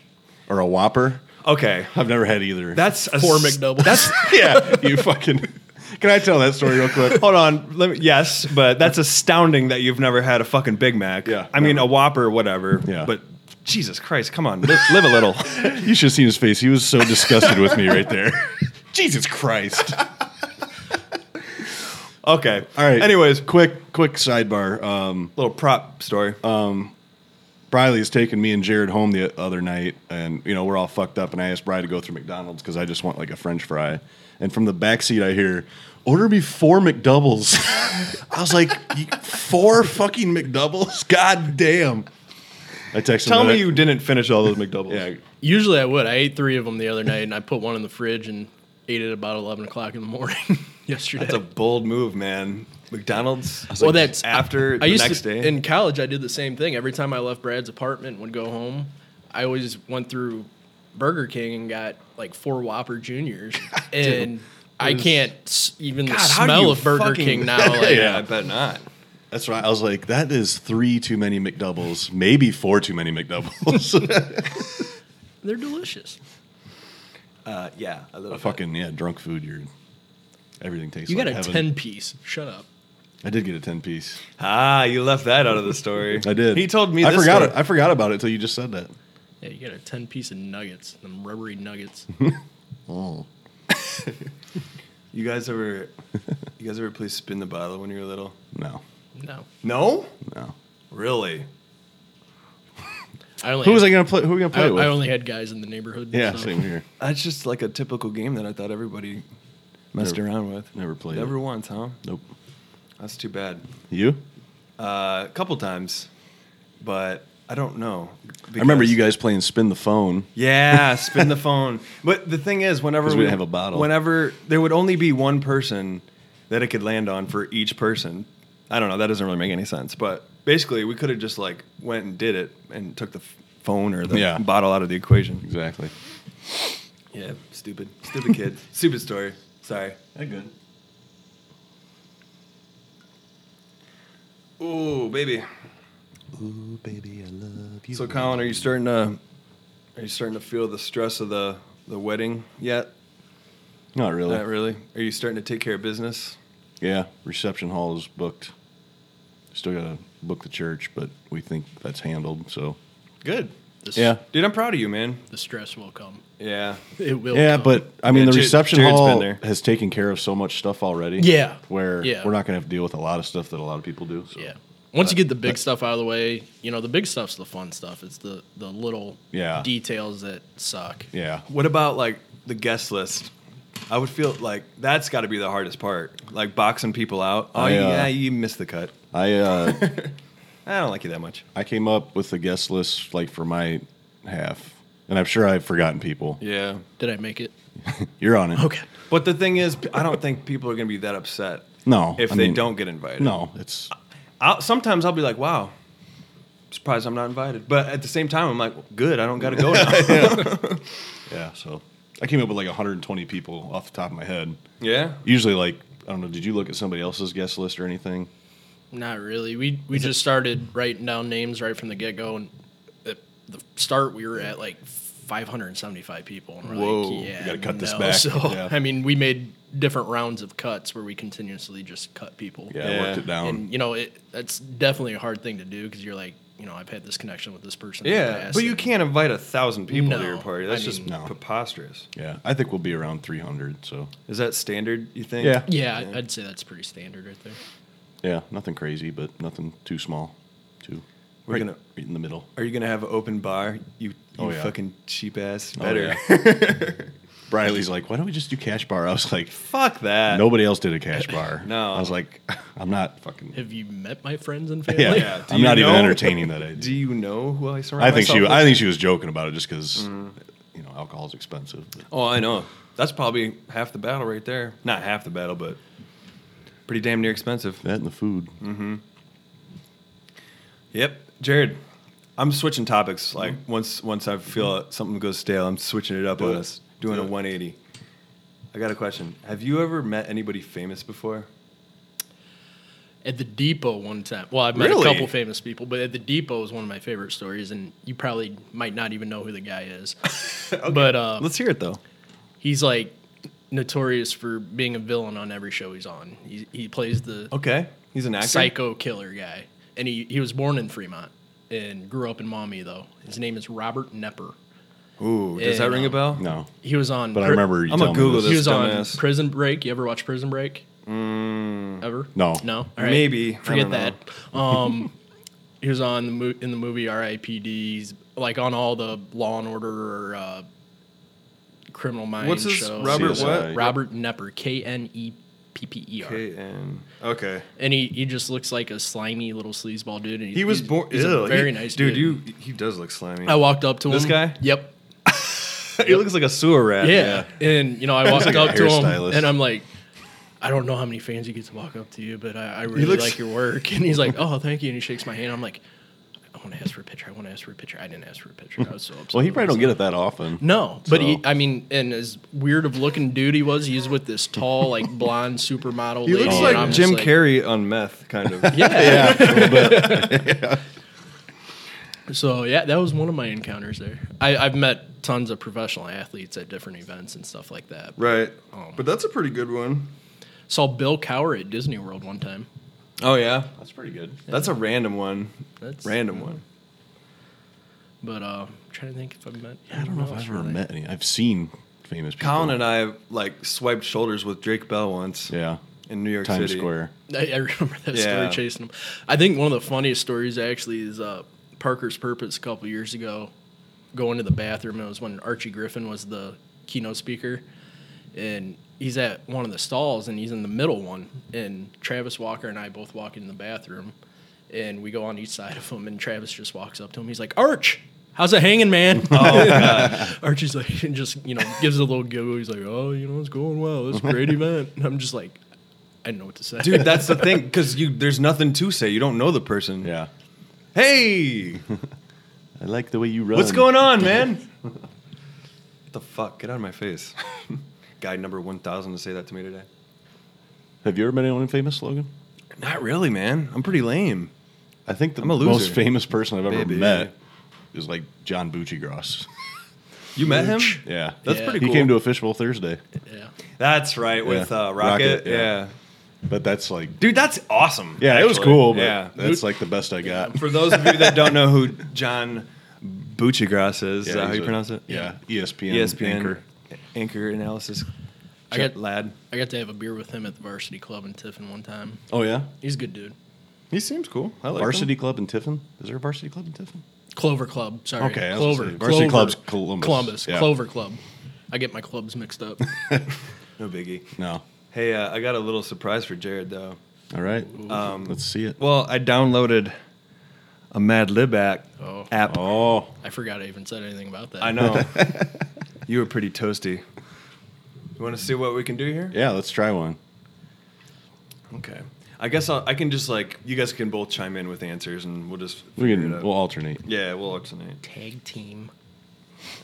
[SPEAKER 3] or a Whopper.
[SPEAKER 4] okay,
[SPEAKER 3] I've never had either.
[SPEAKER 4] that's a
[SPEAKER 5] four
[SPEAKER 4] s-
[SPEAKER 5] McDoubles.
[SPEAKER 3] yeah. You fucking. Can I tell that story real quick?
[SPEAKER 4] Hold on. Let me, yes, but that's astounding that you've never had a fucking Big Mac.
[SPEAKER 3] Yeah,
[SPEAKER 4] I mean a Whopper, whatever.
[SPEAKER 3] Yeah.
[SPEAKER 4] but Jesus Christ, come on, live, live a little.
[SPEAKER 3] You should have seen his face. He was so disgusted with me right there. Jesus Christ.
[SPEAKER 4] Okay,
[SPEAKER 3] All right.
[SPEAKER 4] Anyways,
[SPEAKER 3] quick, quick sidebar. Um,
[SPEAKER 4] little prop story.
[SPEAKER 3] Briley's taking me and Jared home the other night, and you know we're all fucked up. And I asked Bri to go through McDonald's because I just want like a French fry. And from the back seat, I hear, "Order me four McDoubles." I was like, "You- four fucking McDoubles? God damn! I texted.
[SPEAKER 4] Tell
[SPEAKER 3] him
[SPEAKER 4] me
[SPEAKER 3] that-
[SPEAKER 4] you didn't finish all those McDoubles.
[SPEAKER 3] Yeah,
[SPEAKER 5] Usually I would. I ate three of them the other night, and I put one in the fridge and ate it about eleven o'clock in the morning yesterday.
[SPEAKER 4] That's a bold move, man. McDonald's.
[SPEAKER 5] well, that's
[SPEAKER 4] after
[SPEAKER 5] I,
[SPEAKER 4] the
[SPEAKER 5] I used
[SPEAKER 4] next
[SPEAKER 5] to,
[SPEAKER 4] day.
[SPEAKER 5] in college. I did the same thing. Every time I left Brad's apartment, would go home. I always went through Burger King and got like four Whopper Juniors, and I can't s- even the
[SPEAKER 4] God, how do
[SPEAKER 5] smell
[SPEAKER 4] you
[SPEAKER 5] of Burger
[SPEAKER 4] fucking-
[SPEAKER 5] King now. Like,
[SPEAKER 4] yeah, I bet not.
[SPEAKER 3] that's right. I was like, "That is three too many McDoubles, maybe four too many McDoubles."
[SPEAKER 5] They're delicious.
[SPEAKER 4] Uh, yeah, a little
[SPEAKER 3] fucking yeah, drunk food. You're everything tastes.
[SPEAKER 5] You
[SPEAKER 3] like
[SPEAKER 5] got a
[SPEAKER 3] heaven.
[SPEAKER 5] ten piece. Shut up.
[SPEAKER 3] I did get a ten piece.
[SPEAKER 4] Ah, you left that out of the story.
[SPEAKER 3] I did.
[SPEAKER 4] He told me.
[SPEAKER 3] I
[SPEAKER 4] this
[SPEAKER 3] forgot
[SPEAKER 4] story.
[SPEAKER 3] it. I forgot about it until you just said that.
[SPEAKER 5] Yeah, you got a ten piece of nuggets, them rubbery nuggets.
[SPEAKER 3] Oh,
[SPEAKER 4] You guys ever? You guys ever play spin the bottle when you were little?
[SPEAKER 3] No,
[SPEAKER 5] No,
[SPEAKER 4] No,
[SPEAKER 3] no.
[SPEAKER 4] really.
[SPEAKER 5] I only
[SPEAKER 3] Who was I
[SPEAKER 5] had,
[SPEAKER 3] gonna play? Who are we gonna
[SPEAKER 5] I,
[SPEAKER 3] play with?
[SPEAKER 5] I only had guys in the neighborhood.
[SPEAKER 3] yeah,
[SPEAKER 5] so.
[SPEAKER 3] same here.
[SPEAKER 4] That's just like a typical game that I thought everybody messed
[SPEAKER 3] Never-
[SPEAKER 4] around with.
[SPEAKER 3] never played
[SPEAKER 4] Never
[SPEAKER 3] it.
[SPEAKER 4] once, huh?
[SPEAKER 3] Nope.
[SPEAKER 4] That's too bad.
[SPEAKER 3] You?
[SPEAKER 4] Uh, a couple times, but I don't know.
[SPEAKER 3] I remember you guys playing Spin the Phone.
[SPEAKER 4] Yeah, spin the phone. But the thing is, whenever
[SPEAKER 3] 'Cause we didn't have a bottle.
[SPEAKER 4] whenever there would only be one person that it could land on for each person. I don't know. That doesn't really make any sense. But basically, we could have just like went and did it and took the f- phone or the
[SPEAKER 3] Yeah.
[SPEAKER 4] bottle out of the equation.
[SPEAKER 3] Exactly.
[SPEAKER 4] Yeah, stupid, stupid kid, stupid story. Sorry.
[SPEAKER 3] good.
[SPEAKER 4] Ooh, baby.
[SPEAKER 3] Ooh, baby, I love you.
[SPEAKER 4] So, Colin, are you starting to are you starting to feel the stress of the the wedding yet?
[SPEAKER 3] Not really.
[SPEAKER 4] Not really. Are you starting to take care of business?
[SPEAKER 3] Yeah, reception hall is booked. Still gotta book the church, but we think that's handled. So
[SPEAKER 4] Good,
[SPEAKER 5] This,
[SPEAKER 3] yeah,
[SPEAKER 4] dude. I'm proud of you, man.
[SPEAKER 5] The stress will come.
[SPEAKER 4] Yeah.
[SPEAKER 5] It will.
[SPEAKER 3] yeah,
[SPEAKER 5] come.
[SPEAKER 3] but I mean
[SPEAKER 4] Yeah,
[SPEAKER 3] the
[SPEAKER 4] Jared-
[SPEAKER 3] reception
[SPEAKER 4] Jared's been
[SPEAKER 3] hall
[SPEAKER 4] there.
[SPEAKER 3] has taken care of so much stuff already.
[SPEAKER 5] Yeah.
[SPEAKER 3] where
[SPEAKER 5] Yeah.
[SPEAKER 3] we're not gonna have to deal with a lot of stuff that a lot of people do. So.
[SPEAKER 5] Yeah. Once you get the big stuff out of the way, you know the big stuff's the fun stuff. It's the the little
[SPEAKER 3] Yeah.
[SPEAKER 5] details that suck.
[SPEAKER 3] yeah,
[SPEAKER 4] What about like the guest list? I would feel like that's got to be the hardest part, like boxing people out. Oh
[SPEAKER 3] I, uh,
[SPEAKER 4] yeah, you missed the cut.
[SPEAKER 3] I uh,
[SPEAKER 4] I don't like you that much.
[SPEAKER 3] I came up with a guest list like for my half, and I'm sure I've forgotten people.
[SPEAKER 4] Yeah,
[SPEAKER 5] Did I make it?
[SPEAKER 3] You're on it.
[SPEAKER 5] Okay.
[SPEAKER 4] but the thing is, I don't think people are gonna be that upset
[SPEAKER 3] No,
[SPEAKER 4] if
[SPEAKER 3] I
[SPEAKER 4] they
[SPEAKER 3] mean,
[SPEAKER 4] don't get invited.
[SPEAKER 3] No, it's
[SPEAKER 4] I'll, sometimes I'll be like, wow, surprised I'm not invited. But at the same time, I'm like, good, I don't got to go now.
[SPEAKER 3] yeah. So I came up with like 120 people off the top of my head.
[SPEAKER 4] yeah,
[SPEAKER 3] Usually, like I don't know. Did you look at somebody else's guest list or anything?
[SPEAKER 5] Not really. We we just started writing down names right from the get go, and at the start we were at like 575 people. And we're
[SPEAKER 3] Whoa,
[SPEAKER 5] like, yeah,
[SPEAKER 3] we gotta cut this
[SPEAKER 5] no.
[SPEAKER 3] back.
[SPEAKER 5] So
[SPEAKER 3] Yeah.
[SPEAKER 5] I mean, we made different rounds of cuts where we continuously just cut people.
[SPEAKER 3] Yeah, I
[SPEAKER 4] Yeah.
[SPEAKER 3] worked it down.
[SPEAKER 5] and you know it, that's definitely a hard thing to do because you're like, you know, I've had this connection with this person. in the
[SPEAKER 4] yeah.
[SPEAKER 5] past,
[SPEAKER 4] But you
[SPEAKER 5] and-
[SPEAKER 4] can't invite a thousand people
[SPEAKER 5] No,
[SPEAKER 4] to your party.
[SPEAKER 5] I
[SPEAKER 4] That's
[SPEAKER 5] mean-
[SPEAKER 4] just
[SPEAKER 3] No.
[SPEAKER 4] preposterous.
[SPEAKER 3] yeah, I think we'll be around 300. So
[SPEAKER 4] Is that standard? You think?
[SPEAKER 3] Yeah.
[SPEAKER 5] Yeah, I- I'd say that's pretty standard right there.
[SPEAKER 3] yeah, nothing crazy, but nothing too small, too.
[SPEAKER 4] We're
[SPEAKER 3] right,
[SPEAKER 4] gonna-
[SPEAKER 3] right in the middle.
[SPEAKER 4] Are you gonna have an open bar? You, you
[SPEAKER 3] Oh, yeah.
[SPEAKER 4] fucking cheap ass.
[SPEAKER 3] Oh,
[SPEAKER 4] Better.
[SPEAKER 3] yeah. Briley's like, why don't we just do cash bar? I was like,
[SPEAKER 4] Fuck that.
[SPEAKER 3] nobody else did a cash bar.
[SPEAKER 4] No.
[SPEAKER 3] I was like, I'm not fucking.
[SPEAKER 5] Have you met my friends and family?
[SPEAKER 3] yeah,
[SPEAKER 4] Yeah, do
[SPEAKER 3] I'm
[SPEAKER 4] you
[SPEAKER 3] not even
[SPEAKER 4] know?
[SPEAKER 3] entertaining that idea.
[SPEAKER 4] Do you know who I surround
[SPEAKER 3] I think she,
[SPEAKER 4] myself Mm.
[SPEAKER 3] I
[SPEAKER 4] with?
[SPEAKER 3] think she was joking about it just because you know alcohol's expensive. but-
[SPEAKER 4] Oh, I know. That's probably half the battle right there. Not half the battle, but pretty damn near expensive.
[SPEAKER 3] That and the food.
[SPEAKER 4] Mm-hmm. Yep, Jared. I'm switching
[SPEAKER 3] Mm-hmm.
[SPEAKER 4] topics. Like once once I feel something goes stale, I'm switching it up
[SPEAKER 3] Do
[SPEAKER 4] on
[SPEAKER 3] it.
[SPEAKER 4] us. Doing
[SPEAKER 3] Do
[SPEAKER 4] a
[SPEAKER 3] it.
[SPEAKER 4] 180. I got a question. Have you ever met anybody famous before?
[SPEAKER 5] At the depot one time. Well, I've met
[SPEAKER 4] Really?
[SPEAKER 5] a couple famous people, but at the depot is one of my favorite stories, and you probably might not even know who the guy is. But uh,
[SPEAKER 4] Let's hear it though.
[SPEAKER 5] he's like notorious for being a villain on every show he's on. He, he plays the
[SPEAKER 4] Oh, Okay, he's an actor.
[SPEAKER 5] psycho killer guy, and he, he was born in Fremont and grew up in Maumee though. His name is Robert Nepper.
[SPEAKER 4] Ooh, does
[SPEAKER 5] Yeah,
[SPEAKER 4] that ring
[SPEAKER 5] no.
[SPEAKER 4] a bell?
[SPEAKER 3] No,
[SPEAKER 5] He was on.
[SPEAKER 3] but I
[SPEAKER 5] Pri-
[SPEAKER 3] remember you.
[SPEAKER 4] I'ma
[SPEAKER 3] telling me
[SPEAKER 4] Google
[SPEAKER 5] He
[SPEAKER 4] this.
[SPEAKER 5] was on
[SPEAKER 4] dumbass. Mm.
[SPEAKER 5] Prison Break. You ever watch Prison Break? Ever?
[SPEAKER 3] No.
[SPEAKER 5] No. All
[SPEAKER 4] Maybe. I
[SPEAKER 5] Forget
[SPEAKER 4] don't know.
[SPEAKER 5] that. Um, he was on the mo- in the movie R.I.P.D. He's like on all the Law and Order or uh, Criminal Minds
[SPEAKER 4] What's his
[SPEAKER 5] shows.
[SPEAKER 4] Robert
[SPEAKER 3] CSI.
[SPEAKER 4] what?
[SPEAKER 5] Robert Nepper. K N E P P E R.
[SPEAKER 4] Okay, and okay.
[SPEAKER 5] And he, he just looks like a slimy little sleazeball dude. And
[SPEAKER 4] He was
[SPEAKER 5] he's-
[SPEAKER 4] born.
[SPEAKER 5] He's
[SPEAKER 4] ew,
[SPEAKER 5] a very
[SPEAKER 4] he-
[SPEAKER 5] nice
[SPEAKER 4] dude.
[SPEAKER 5] dude. Oh,
[SPEAKER 4] You he does look slimy.
[SPEAKER 5] I walked up to him.
[SPEAKER 4] This guy?
[SPEAKER 5] Yep.
[SPEAKER 4] he looks like a sewer rat.
[SPEAKER 5] Yeah. And, you know, I walked
[SPEAKER 3] like a
[SPEAKER 5] up to him
[SPEAKER 3] hairstylist.
[SPEAKER 5] and I'm like, I don't know how many fans you get to walk up to you, but I, I really
[SPEAKER 4] looks-
[SPEAKER 5] like your work. And he's like, oh, thank you. And he shakes my hand. I'm like, I want to ask for a picture. I want to ask for a picture. I didn't ask for a picture. I was so upset.
[SPEAKER 3] Well, he
[SPEAKER 5] with
[SPEAKER 3] probably don't get it
[SPEAKER 5] myself.
[SPEAKER 3] that often.
[SPEAKER 5] No, but he,
[SPEAKER 3] So-
[SPEAKER 5] I mean, and as weird of looking dude he was, he's with this tall, like blonde supermodel
[SPEAKER 4] He
[SPEAKER 5] lady.
[SPEAKER 4] looks
[SPEAKER 5] and
[SPEAKER 4] like
[SPEAKER 5] I'm just
[SPEAKER 4] Jim Carrey on meth, kind of. yeah.
[SPEAKER 5] So yeah, that was one of my encounters there. I, I've met tons of professional athletes at different events and stuff like that.
[SPEAKER 4] Right. But that's a pretty good one.
[SPEAKER 5] Saw Bill Cower at Disney World one time.
[SPEAKER 4] Oh yeah.
[SPEAKER 3] That's pretty good.
[SPEAKER 4] That's a random one.
[SPEAKER 5] That's-
[SPEAKER 4] random one.
[SPEAKER 5] But uh, I'm trying to think if I've met.
[SPEAKER 3] I don't know if I've ever met any. I've seen famous people.
[SPEAKER 4] Colin and I like swiped shoulders with Drake Bell once
[SPEAKER 3] Yeah,
[SPEAKER 4] in New York
[SPEAKER 3] Times
[SPEAKER 4] City.
[SPEAKER 3] Square.
[SPEAKER 5] I, I remember that
[SPEAKER 4] Yeah.
[SPEAKER 5] story chasing him. I think one of the funniest stories actually is uh, Parker's Purpose a couple years ago, going to the bathroom. It was when Archie Griffin was the keynote speaker, and he's at one of the stalls and he's in the middle one. And Travis Walker and I both walk in the bathroom, and we go on each side of him, and Travis just walks up to him. He's like, "Arch, how's it hanging, man?"
[SPEAKER 4] Oh,
[SPEAKER 5] Archie's like, and just you know, gives a little giggle. He's like, "Oh, you know, it's going well. It's a great event." And I'm just like, I didn't know what to say,
[SPEAKER 4] dude. That's the thing because you there's nothing to say. You don't know the person.
[SPEAKER 3] Yeah.
[SPEAKER 4] Hey,
[SPEAKER 3] I like the way you run.
[SPEAKER 4] what's going on, man? Um, what the fuck? Get out of my face. Guy number one thousand to say that to me today.
[SPEAKER 3] Have you ever met anyone famous, Logan?
[SPEAKER 4] Not really, man. I'm pretty lame.
[SPEAKER 3] I think the
[SPEAKER 4] I'm a loser.
[SPEAKER 3] most famous person I've ever
[SPEAKER 4] Baby.
[SPEAKER 3] met is like John Bucci-Gross.
[SPEAKER 4] You met him?
[SPEAKER 3] yeah.
[SPEAKER 4] That's
[SPEAKER 5] Yeah.
[SPEAKER 4] pretty
[SPEAKER 3] he
[SPEAKER 4] cool.
[SPEAKER 3] came to a fishbowl Thursday,
[SPEAKER 5] yeah,
[SPEAKER 4] That's right with
[SPEAKER 3] Yeah.
[SPEAKER 4] uh, Rocket.
[SPEAKER 3] Rocket,
[SPEAKER 4] yeah.
[SPEAKER 3] yeah. but that's like,
[SPEAKER 4] dude, that's awesome.
[SPEAKER 3] yeah, it was
[SPEAKER 4] actually.
[SPEAKER 3] cool. But
[SPEAKER 4] yeah,
[SPEAKER 3] that's like the best I got.
[SPEAKER 4] For those of you that don't know who John Buchigras is, is that how
[SPEAKER 3] he's
[SPEAKER 4] you
[SPEAKER 3] a-
[SPEAKER 4] pronounce it? E
[SPEAKER 3] Yeah, ESPN,
[SPEAKER 4] ESPN
[SPEAKER 3] anchor.
[SPEAKER 4] anchor analysis.
[SPEAKER 5] I got-
[SPEAKER 4] lad.
[SPEAKER 5] I got to have a beer with him at the varsity club in Tiffin one time.
[SPEAKER 3] Oh yeah,
[SPEAKER 5] He's a good dude.
[SPEAKER 4] He seems cool. I like
[SPEAKER 3] varsity club in Tiffin. Is there a varsity club in Tiffin?
[SPEAKER 5] Clover Club. Sorry.
[SPEAKER 3] Okay, I was gonna
[SPEAKER 5] Clover.
[SPEAKER 3] say, Varsity
[SPEAKER 5] Clover.
[SPEAKER 3] Club's Columbus. Yeah.
[SPEAKER 5] Clover Club. I get my clubs mixed up.
[SPEAKER 4] No biggie.
[SPEAKER 3] No.
[SPEAKER 4] Hey, uh, I got a little surprise for Jared though.
[SPEAKER 3] All right, let's see it.
[SPEAKER 4] Um, Well, I downloaded a Mad Lib app.
[SPEAKER 5] Oh.
[SPEAKER 4] app.
[SPEAKER 3] Oh,
[SPEAKER 5] I forgot I even said anything about that.
[SPEAKER 4] I know. you were pretty toasty. You want to see what we can do here?
[SPEAKER 3] yeah, let's try one.
[SPEAKER 4] Okay. I guess I'll, I can just like you guys can both chime in with answers and we'll just
[SPEAKER 3] We
[SPEAKER 4] figure
[SPEAKER 3] can.
[SPEAKER 4] it out.
[SPEAKER 3] We'll alternate.
[SPEAKER 4] yeah, we'll alternate.
[SPEAKER 5] Tag team.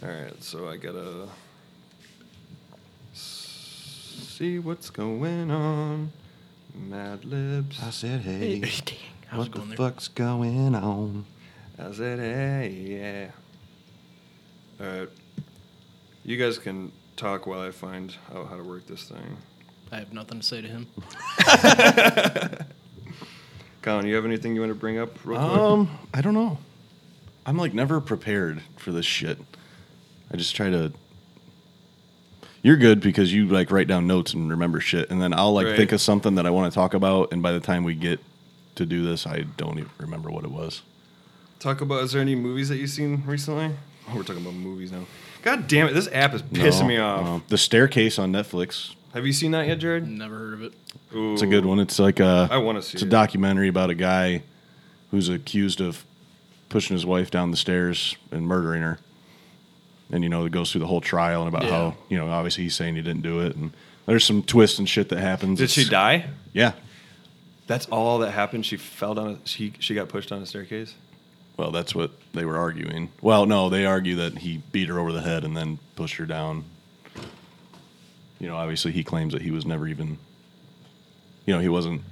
[SPEAKER 4] All right, so I gotta s- see what's going on. Mad Libs. I said,
[SPEAKER 5] Dang, I was going there.
[SPEAKER 4] fuck's going on? I said, hey, yeah. All right, you guys can talk while I find out how to work this thing.
[SPEAKER 5] I have nothing to say to him.
[SPEAKER 4] Colin, you have anything you want to bring up? Real quick?
[SPEAKER 3] Um, I don't know. I'm like never prepared for this shit. I just try to. You're good because you like write down notes and remember shit, and then I'll like
[SPEAKER 4] Right.
[SPEAKER 3] think of something that I want to talk about, and by the time we get to do this, I don't even remember what it was.
[SPEAKER 4] Talk about is there any movies that you've seen recently? Oh, we're talking about movies now. God damn it, this app is pissing
[SPEAKER 3] No,
[SPEAKER 4] me off.
[SPEAKER 3] no. Uh, the staircase on Netflix.
[SPEAKER 4] Have you seen that yet, Jared?
[SPEAKER 5] Never heard of it.
[SPEAKER 3] It's a good one. It's like a.
[SPEAKER 4] I wanna see
[SPEAKER 3] It's a
[SPEAKER 4] it.
[SPEAKER 3] documentary about a guy who's accused of pushing his wife down the stairs and murdering her. And you know, it goes through the whole trial and about
[SPEAKER 5] Yeah.
[SPEAKER 3] how you know obviously he's saying he didn't do it, and there's some twists and shit that happens.
[SPEAKER 4] Did she
[SPEAKER 3] It's-
[SPEAKER 4] die?
[SPEAKER 3] Yeah.
[SPEAKER 4] That's all that happened. She fell down. A, she she got pushed down a staircase.
[SPEAKER 3] Well, that's what they were arguing. Well, no, they argue that he beat her over the head and then pushed her down. You know, obviously he claims that he was never even. You know, he wasn't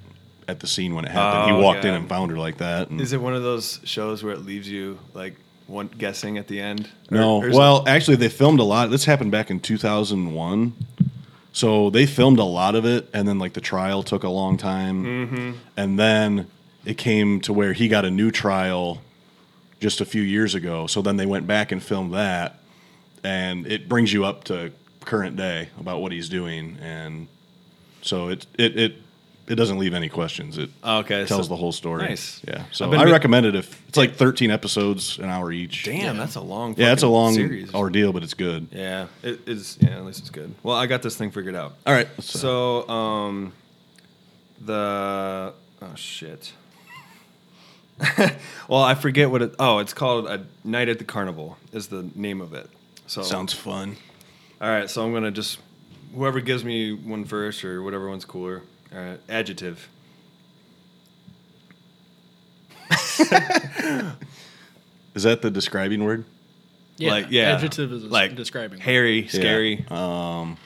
[SPEAKER 3] at the scene when it happened.
[SPEAKER 4] Oh,
[SPEAKER 3] he walked in
[SPEAKER 4] God.
[SPEAKER 3] and found her like that. And
[SPEAKER 4] Is it one of those shows where it leaves you like one guessing at the end? Or-
[SPEAKER 3] No.
[SPEAKER 4] or is
[SPEAKER 3] well, actually, they filmed a lot. This happened back in 2001. So they filmed a lot of it, and then like the trial took a long time,
[SPEAKER 4] Mm-hmm.
[SPEAKER 3] and then it came to where he got a new trial just a few years ago. So then they went back and filmed that, and it brings you up to current day about what he's doing, and so it it it it doesn't leave any questions. It
[SPEAKER 4] Oh, okay,
[SPEAKER 3] tells
[SPEAKER 4] so-
[SPEAKER 3] the whole story.
[SPEAKER 4] nice.
[SPEAKER 3] Yeah.
[SPEAKER 4] I've
[SPEAKER 3] So
[SPEAKER 4] been
[SPEAKER 3] I
[SPEAKER 4] mi-
[SPEAKER 3] recommend it if it's like 13 episodes, an hour each.
[SPEAKER 4] damn, that's a long.
[SPEAKER 3] Yeah, it's a
[SPEAKER 4] fucking
[SPEAKER 3] long
[SPEAKER 4] series.
[SPEAKER 3] ordeal, but it's good.
[SPEAKER 4] yeah, it is. Yeah, at least it's good. Well, I got this thing figured out.
[SPEAKER 3] All right. So,
[SPEAKER 4] So, um, the oh shit. well, I forget what it. Oh, it's called a night at the carnival. Is the name of it. So
[SPEAKER 3] sounds fun.
[SPEAKER 4] all right. So I'm gonna just whoever gives me one first or whatever one's cooler. All right, adjective.
[SPEAKER 3] Is that the describing word?
[SPEAKER 5] Yeah,
[SPEAKER 4] like yeah,
[SPEAKER 5] Adjective is
[SPEAKER 4] like
[SPEAKER 5] describing.
[SPEAKER 4] hairy, scary.
[SPEAKER 3] Um,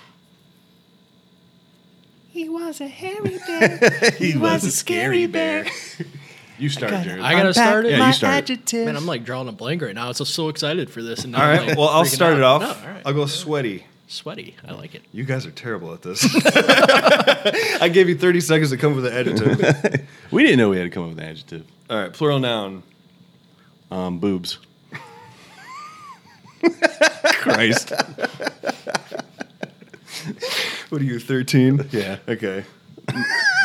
[SPEAKER 6] He was a hairy bear. he, was, a scary bear.
[SPEAKER 3] you start, Jared.
[SPEAKER 5] I gotta start it.
[SPEAKER 3] Yeah, you start.
[SPEAKER 6] Adjective.
[SPEAKER 5] Man, I'm like drawing a blank right now. I was so excited for this. And now
[SPEAKER 4] All
[SPEAKER 5] I'm,
[SPEAKER 4] right.
[SPEAKER 5] like,
[SPEAKER 4] Well, I'll
[SPEAKER 5] freaking
[SPEAKER 4] start
[SPEAKER 5] out.
[SPEAKER 4] it off.
[SPEAKER 5] No, all right.
[SPEAKER 4] I'll go sweaty.
[SPEAKER 5] Sweaty. I like it.
[SPEAKER 4] You guys are terrible at this. I gave you 30 seconds to come up with an adjective.
[SPEAKER 3] we didn't know we had to come up with an adjective.
[SPEAKER 4] All right, plural noun.
[SPEAKER 3] Um, boobs. Christ.
[SPEAKER 4] What are you, 13?
[SPEAKER 3] Yeah.
[SPEAKER 4] Okay.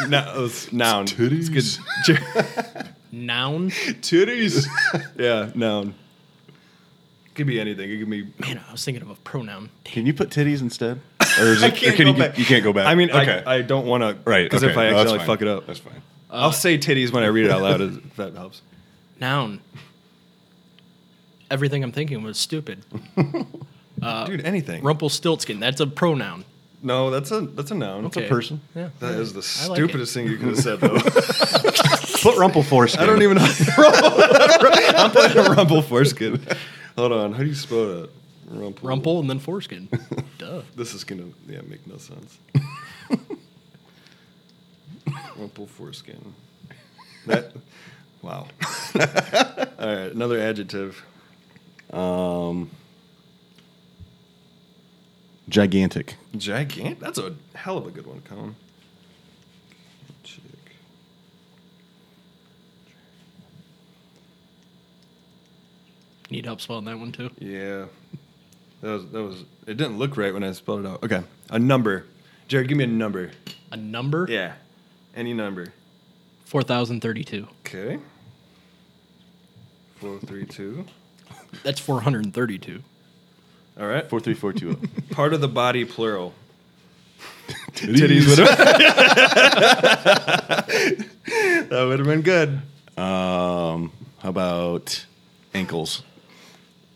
[SPEAKER 4] no, it's noun.
[SPEAKER 3] Titties.
[SPEAKER 5] Noun.
[SPEAKER 4] Titties. yeah, noun. Could be anything. It could be.
[SPEAKER 5] Man, I was thinking of a pronoun.
[SPEAKER 3] Can you put titties instead? Or is it,
[SPEAKER 4] I can't
[SPEAKER 3] or can
[SPEAKER 4] go
[SPEAKER 3] you,
[SPEAKER 4] back.
[SPEAKER 3] you can't go back.
[SPEAKER 4] I mean,
[SPEAKER 3] okay.
[SPEAKER 4] I, I don't want to.
[SPEAKER 3] right.
[SPEAKER 4] Because if
[SPEAKER 3] okay.
[SPEAKER 4] I
[SPEAKER 3] No, that's
[SPEAKER 4] accidentally
[SPEAKER 3] fine.
[SPEAKER 4] fuck it up.
[SPEAKER 3] that's fine.
[SPEAKER 4] I'll say titties when I read it out loud if that helps.
[SPEAKER 5] Noun. Everything I'm thinking was stupid. Uh,
[SPEAKER 4] Dude, anything.
[SPEAKER 5] Rumpelstiltskin. That's a pronoun.
[SPEAKER 4] no, that's a that's a noun. It's
[SPEAKER 5] Okay.
[SPEAKER 4] a person.
[SPEAKER 5] Yeah.
[SPEAKER 4] That is the
[SPEAKER 5] I like
[SPEAKER 4] stupidest thing you could have said though.
[SPEAKER 3] Put Rumple foreskin.
[SPEAKER 4] I don't even know. I'm playing a rumble foreskin. Hold on. How do you spell that? Rumple.
[SPEAKER 5] Rumple and then foreskin. Duh.
[SPEAKER 4] This is gonna yeah make no sense. rumple foreskin. That. Wow. All right, another adjective.
[SPEAKER 3] Gigantic.
[SPEAKER 4] Gigantic. That's a hell of a good one, Colin. Chick.
[SPEAKER 5] Need help spelling that one too.
[SPEAKER 4] Yeah. That was that was. It didn't look right when I spelled it out. Okay, a number. Jared, give me a number.
[SPEAKER 5] A number?
[SPEAKER 4] Yeah. Any number.
[SPEAKER 5] 4,032.
[SPEAKER 4] Okay. Four, three, two.
[SPEAKER 5] That's 432.
[SPEAKER 4] All right.
[SPEAKER 3] Four three four two oh. zero.
[SPEAKER 4] Part of the body, plural.
[SPEAKER 3] Titties.
[SPEAKER 4] That would have been good.
[SPEAKER 3] Um, how about ankles?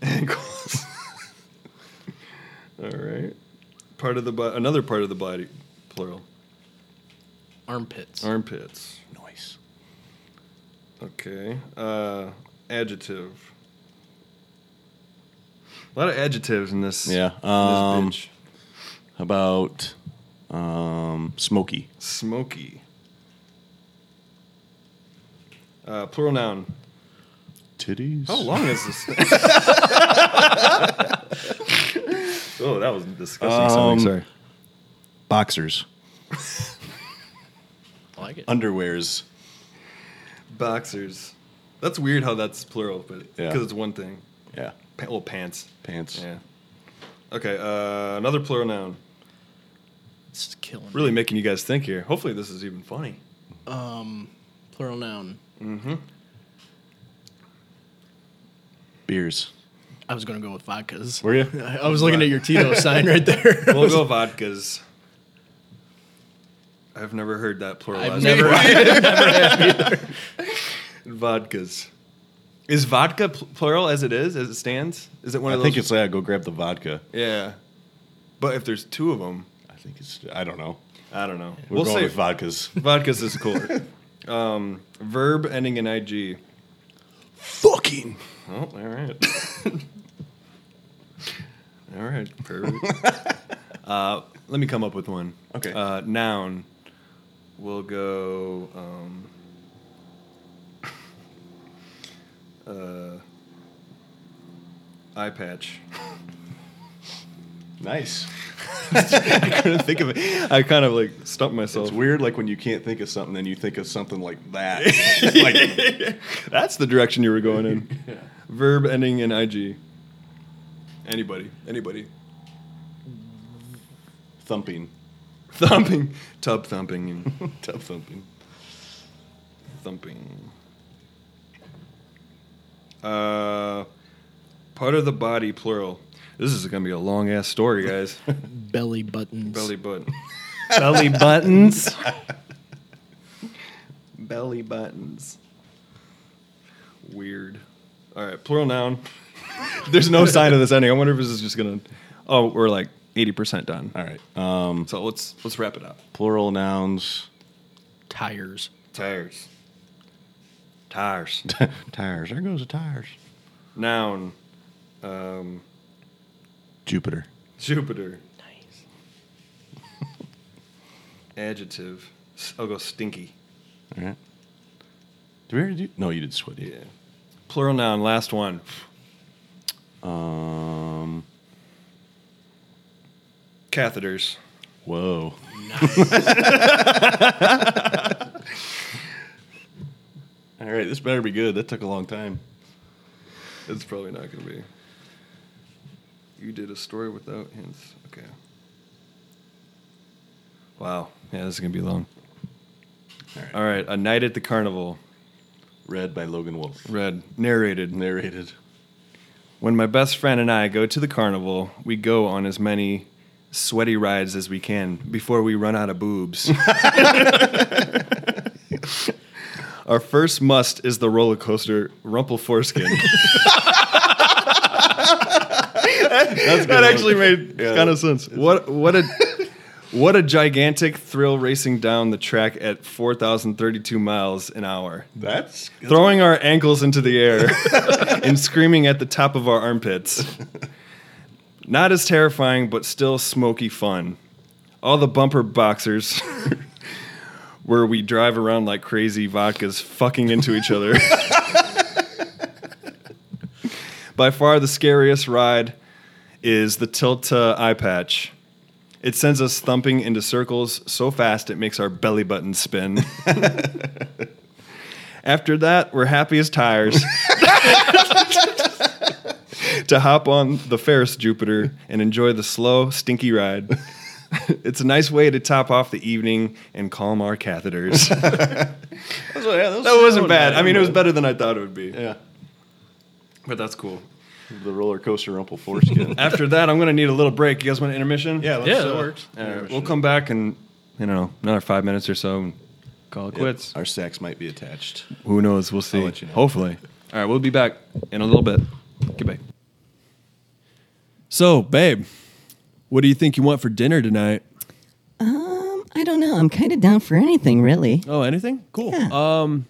[SPEAKER 4] Ankles. All right. Part of the body. Another part of the body, plural.
[SPEAKER 5] Armpits.
[SPEAKER 4] Armpits.
[SPEAKER 3] Noise.
[SPEAKER 4] Okay. Uh, adjective. A lot of adjectives in this.
[SPEAKER 3] Yeah,
[SPEAKER 4] in this
[SPEAKER 3] um,
[SPEAKER 4] bitch.
[SPEAKER 3] How about um, smoky?
[SPEAKER 4] Smoky. Uh, plural noun.
[SPEAKER 3] Titties.
[SPEAKER 4] How long is this thing? oh, that was disgusting.
[SPEAKER 3] Um,
[SPEAKER 4] sounding. Sorry.
[SPEAKER 3] Boxers.
[SPEAKER 5] I like it.
[SPEAKER 3] Underwears.
[SPEAKER 4] Boxers. That's weird how that's plural, but
[SPEAKER 3] Yeah.
[SPEAKER 4] because it's one thing.
[SPEAKER 3] Yeah.
[SPEAKER 4] Pa- well, pants.
[SPEAKER 3] Pants.
[SPEAKER 4] Yeah. Okay. Uh, another plural noun.
[SPEAKER 5] It's killing me.
[SPEAKER 4] Really making you guys think here. Hopefully, this is even funny.
[SPEAKER 5] Plural noun.
[SPEAKER 3] Beers.
[SPEAKER 5] I was going to go with vodkas.
[SPEAKER 3] Were you?
[SPEAKER 5] I I was looking at your Tito sign right there.
[SPEAKER 4] We'll go vodkas. I've never heard that pluralized.
[SPEAKER 5] I've never.
[SPEAKER 4] vodkas. Is vodka pl- plural as it is, as it stands? Is it one
[SPEAKER 3] I
[SPEAKER 4] of those?
[SPEAKER 3] think it's that. Go grab the vodka.
[SPEAKER 4] yeah. But if there's two of them,
[SPEAKER 3] I think it's. I don't know.
[SPEAKER 4] I don't know.
[SPEAKER 3] We're
[SPEAKER 4] we'll
[SPEAKER 3] going
[SPEAKER 4] say
[SPEAKER 3] with vodkas.
[SPEAKER 4] vodkas is cooler. um, verb ending in ig.
[SPEAKER 3] Fucking.
[SPEAKER 4] Oh, all right. all right, perfect. uh, let me come up with one.
[SPEAKER 3] Okay.
[SPEAKER 4] Uh, noun. We'll go. Um, uh, eye patch.
[SPEAKER 3] Nice.
[SPEAKER 4] I couldn't think of it. I kind of like stumped myself.
[SPEAKER 3] It's weird, like when you can't think of something, then you think of something like that. like
[SPEAKER 4] That's the direction you were going in. Verb ending in ig. Anybody. Anybody.
[SPEAKER 3] thumping.
[SPEAKER 4] Thumping. Tub thumping. and-
[SPEAKER 3] Tub thumping.
[SPEAKER 4] thumping. Uh, part of the body, plural. This is gonna be a long ass story, guys.
[SPEAKER 5] Belly buttons.
[SPEAKER 4] Belly button.
[SPEAKER 5] Belly buttons.
[SPEAKER 4] Belly buttons. Weird. All right, plural noun. There's no sign of this ending. I wonder if this is just gonna. Oh, we're like eighty percent done.
[SPEAKER 3] All right. Um,
[SPEAKER 4] So let's let's wrap it up.
[SPEAKER 3] plural nouns.
[SPEAKER 5] Tires.
[SPEAKER 4] Tires. Tires.
[SPEAKER 3] tires. There goes the tires.
[SPEAKER 4] noun. Um,
[SPEAKER 3] Jupiter.
[SPEAKER 4] Jupiter.
[SPEAKER 5] Nice.
[SPEAKER 4] Adjective. S- I'll go stinky.
[SPEAKER 3] All right. Did we already do? No, you did sweaty.
[SPEAKER 4] Yeah. Plural noun, last one.
[SPEAKER 3] Um.
[SPEAKER 4] Catheters.
[SPEAKER 3] Whoa. All right, this better be good. That took a long time.
[SPEAKER 4] It's probably not going to be. You did a story without hints. Okay. Wow. Yeah, this is going to be long. All right.
[SPEAKER 3] Alright.
[SPEAKER 4] A Night at the Carnival.
[SPEAKER 3] Read by Logan Wolf.
[SPEAKER 4] Read. Narrated.
[SPEAKER 3] Narrated.
[SPEAKER 4] When my best friend and I go to the carnival, we go on as many sweaty rides as we can before we run out of boobs. Our first must is the roller coaster Rumple Foreskin. that that actually made
[SPEAKER 3] Yeah.
[SPEAKER 4] kind of sense. What what a what a gigantic thrill racing down the track at 4,032 miles an hour,
[SPEAKER 3] That's
[SPEAKER 4] throwing our ankles into the air and screaming at the top of our armpits. Not as terrifying, but still smoky fun. All the bumper boxers. Where we drive around like crazy vodkas fucking into each other. By far the scariest ride is the Tilta eye patch. It sends us thumping into circles so fast it makes our belly button spin. After that, we're happy as tires to hop on the Ferris Jupiter and enjoy the slow, stinky ride. it's a nice way to top off the evening and calm our catheters. that wasn't bad. I mean, it was better than I thought it would be.
[SPEAKER 3] Oh, Yeah,
[SPEAKER 4] But that's cool.
[SPEAKER 3] the roller coaster rumple foreskin.
[SPEAKER 4] After that, I'm going to need a little break. You guys want an intermission?
[SPEAKER 3] yeah, let's,
[SPEAKER 5] Yeah, that works.
[SPEAKER 4] All right, we'll come back and, you know, another five minutes or so and call it quits.
[SPEAKER 3] Our sacks might be attached.
[SPEAKER 4] Who knows? We'll see.
[SPEAKER 3] let you know.
[SPEAKER 4] Hopefully. All right, we'll be back in a little bit. Goodbye.
[SPEAKER 7] So, babe, what do you think you want for dinner tonight?
[SPEAKER 8] Um, I don't know. I'm kind of down for anything, really.
[SPEAKER 7] Oh, anything? Cool.
[SPEAKER 8] Yeah.
[SPEAKER 7] Um,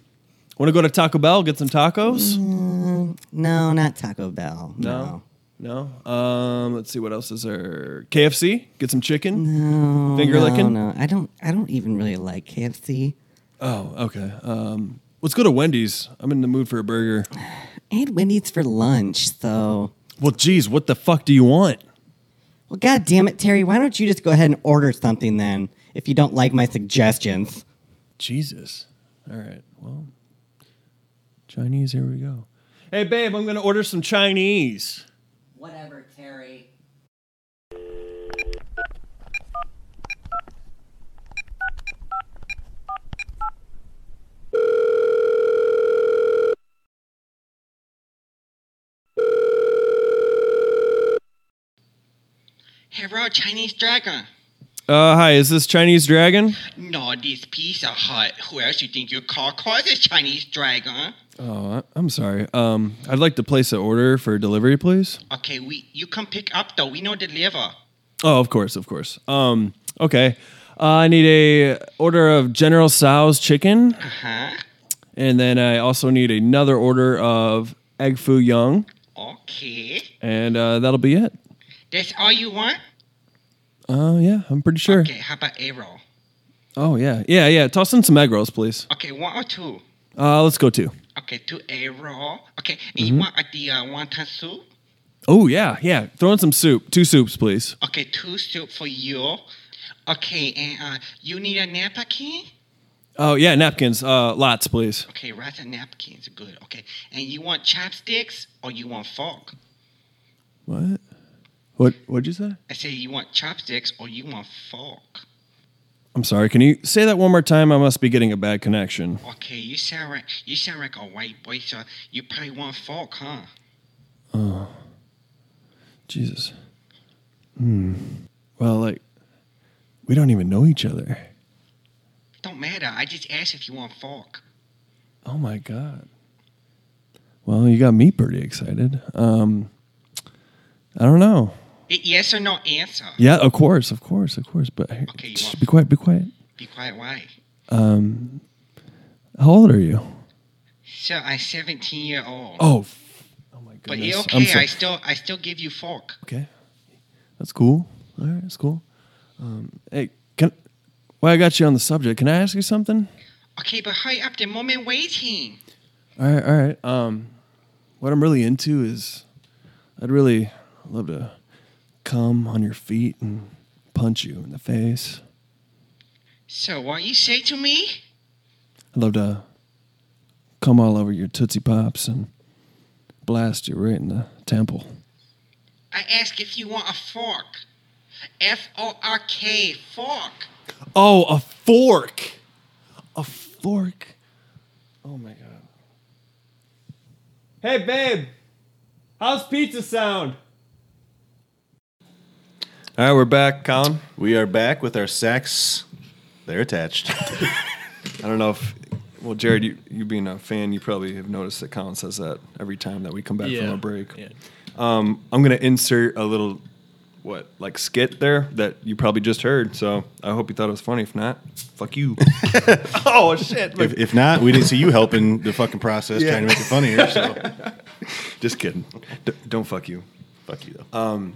[SPEAKER 7] want to go to Taco Bell get some tacos?
[SPEAKER 8] No, not Taco Bell. No.
[SPEAKER 7] No. Um, let's see what else is there. KFC, get some chicken.
[SPEAKER 8] No.
[SPEAKER 7] Finger
[SPEAKER 8] no,
[SPEAKER 7] licking?
[SPEAKER 8] No, I don't. I don't even really like KFC.
[SPEAKER 7] Oh, okay. Um, let's go to Wendy's. I'm in the mood for a burger.
[SPEAKER 8] I had Wendy's for lunch, so.
[SPEAKER 7] Well, geez, what the fuck do you want?
[SPEAKER 8] Well, God damn it, Terry. Why don't you just go ahead and order something then? If you don't like my suggestions.
[SPEAKER 7] Jesus. All right. Well, Chinese. Here we go. Hey, babe, I'm gonna order some Chinese.
[SPEAKER 8] Whatever, Terry.
[SPEAKER 9] Hello, Chinese Dragon.
[SPEAKER 7] Uh, hi. Is this Chinese Dragon?
[SPEAKER 9] No, this Pizza Hut. Who else you think you call? Call this Chinese Dragon.
[SPEAKER 7] Oh, I- I'm sorry. Um, I'd like to place an order for delivery, please.
[SPEAKER 9] Okay, we you come pick up though. We know deliver.
[SPEAKER 7] Oh, of course, of course. Um, okay. Uh, I need a order of General Tso's chicken,
[SPEAKER 9] Huh?
[SPEAKER 7] and then I also need another order of egg foo young,
[SPEAKER 9] Okay.
[SPEAKER 7] and uh, that'll be it.
[SPEAKER 9] That's all you want?
[SPEAKER 7] Uh, yeah, I'm pretty sure.
[SPEAKER 9] Okay, how about a roll?
[SPEAKER 7] Oh yeah, yeah, yeah. Toss in some egg rolls, please.
[SPEAKER 9] Okay, one or two.
[SPEAKER 7] Uh, let's go two.
[SPEAKER 9] Okay, two a roll. Okay, and you want uh, the uh, wonton soup?
[SPEAKER 7] Oh yeah, yeah. Throw in some soup. Two soups, please.
[SPEAKER 9] Okay, two soup for you. Okay, and uh, you need a napkin?
[SPEAKER 7] Oh yeah, napkins. Uh, lots, please.
[SPEAKER 9] Okay, lots of napkins. Good. Okay, and you want chopsticks or you want fork?
[SPEAKER 7] What? What? What'd you say?
[SPEAKER 9] I say you want chopsticks or you want fork.
[SPEAKER 7] I'm sorry. Can you say that one more time? I must be getting a bad connection.
[SPEAKER 9] Okay, you sound like you sound like a white boy, so you probably want fork, huh?
[SPEAKER 7] Jesus. Hmm. Well, like, we don't even know each other.
[SPEAKER 9] Don't matter. I just asked if you want fork.
[SPEAKER 7] Oh my god. Well, you got me pretty excited. Um, I don't know.
[SPEAKER 9] Y- yes or no answer.
[SPEAKER 7] Yeah, of course, of course, of course. But here-
[SPEAKER 9] Okay, you
[SPEAKER 7] shh,
[SPEAKER 9] want-
[SPEAKER 7] be quiet, be quiet.
[SPEAKER 9] Be quiet. Why?
[SPEAKER 7] How old are you?
[SPEAKER 9] So I'm 17 year old.
[SPEAKER 7] Oh, f- oh my
[SPEAKER 9] but
[SPEAKER 7] goodness.
[SPEAKER 9] you
[SPEAKER 7] I'm
[SPEAKER 9] okay.
[SPEAKER 7] so-
[SPEAKER 9] I still I still give you fork.
[SPEAKER 7] okay, that's cool. All right, that's cool. Um, hey, can well, I got you on the subject. Can I ask you something?
[SPEAKER 9] Okay, but hurry up. The moment waiting.
[SPEAKER 7] All right, all right. Um, what I'm really into is, I'd really love to come on your feet and punch you in the face.
[SPEAKER 9] So what you say to me?
[SPEAKER 7] I'd love to come all over your tootsie pops and blast you right in the temple.
[SPEAKER 9] I ask if you want a fork. F O R K fork.
[SPEAKER 7] Oh, a fork, a fork. Oh my god. Hey, babe, how's pizza sound?
[SPEAKER 4] All right, we're back, Colin.
[SPEAKER 3] We are back with our sacks. They're attached.
[SPEAKER 4] I don't know if Well, Jared, you, you being a fan, you probably have noticed that Colin says that every time that we come back from
[SPEAKER 5] Yeah.
[SPEAKER 4] a break.
[SPEAKER 5] Yeah.
[SPEAKER 4] Um, I'm going to insert a little, what, like skit there that you probably just heard. So I hope you thought it was funny. If not, fuck you. oh, shit.
[SPEAKER 3] If, if not, we didn't see you helping the fucking process trying to make it funnier. So
[SPEAKER 4] just kidding. D- don't fuck you.
[SPEAKER 3] fuck you
[SPEAKER 4] Uh,
[SPEAKER 3] though.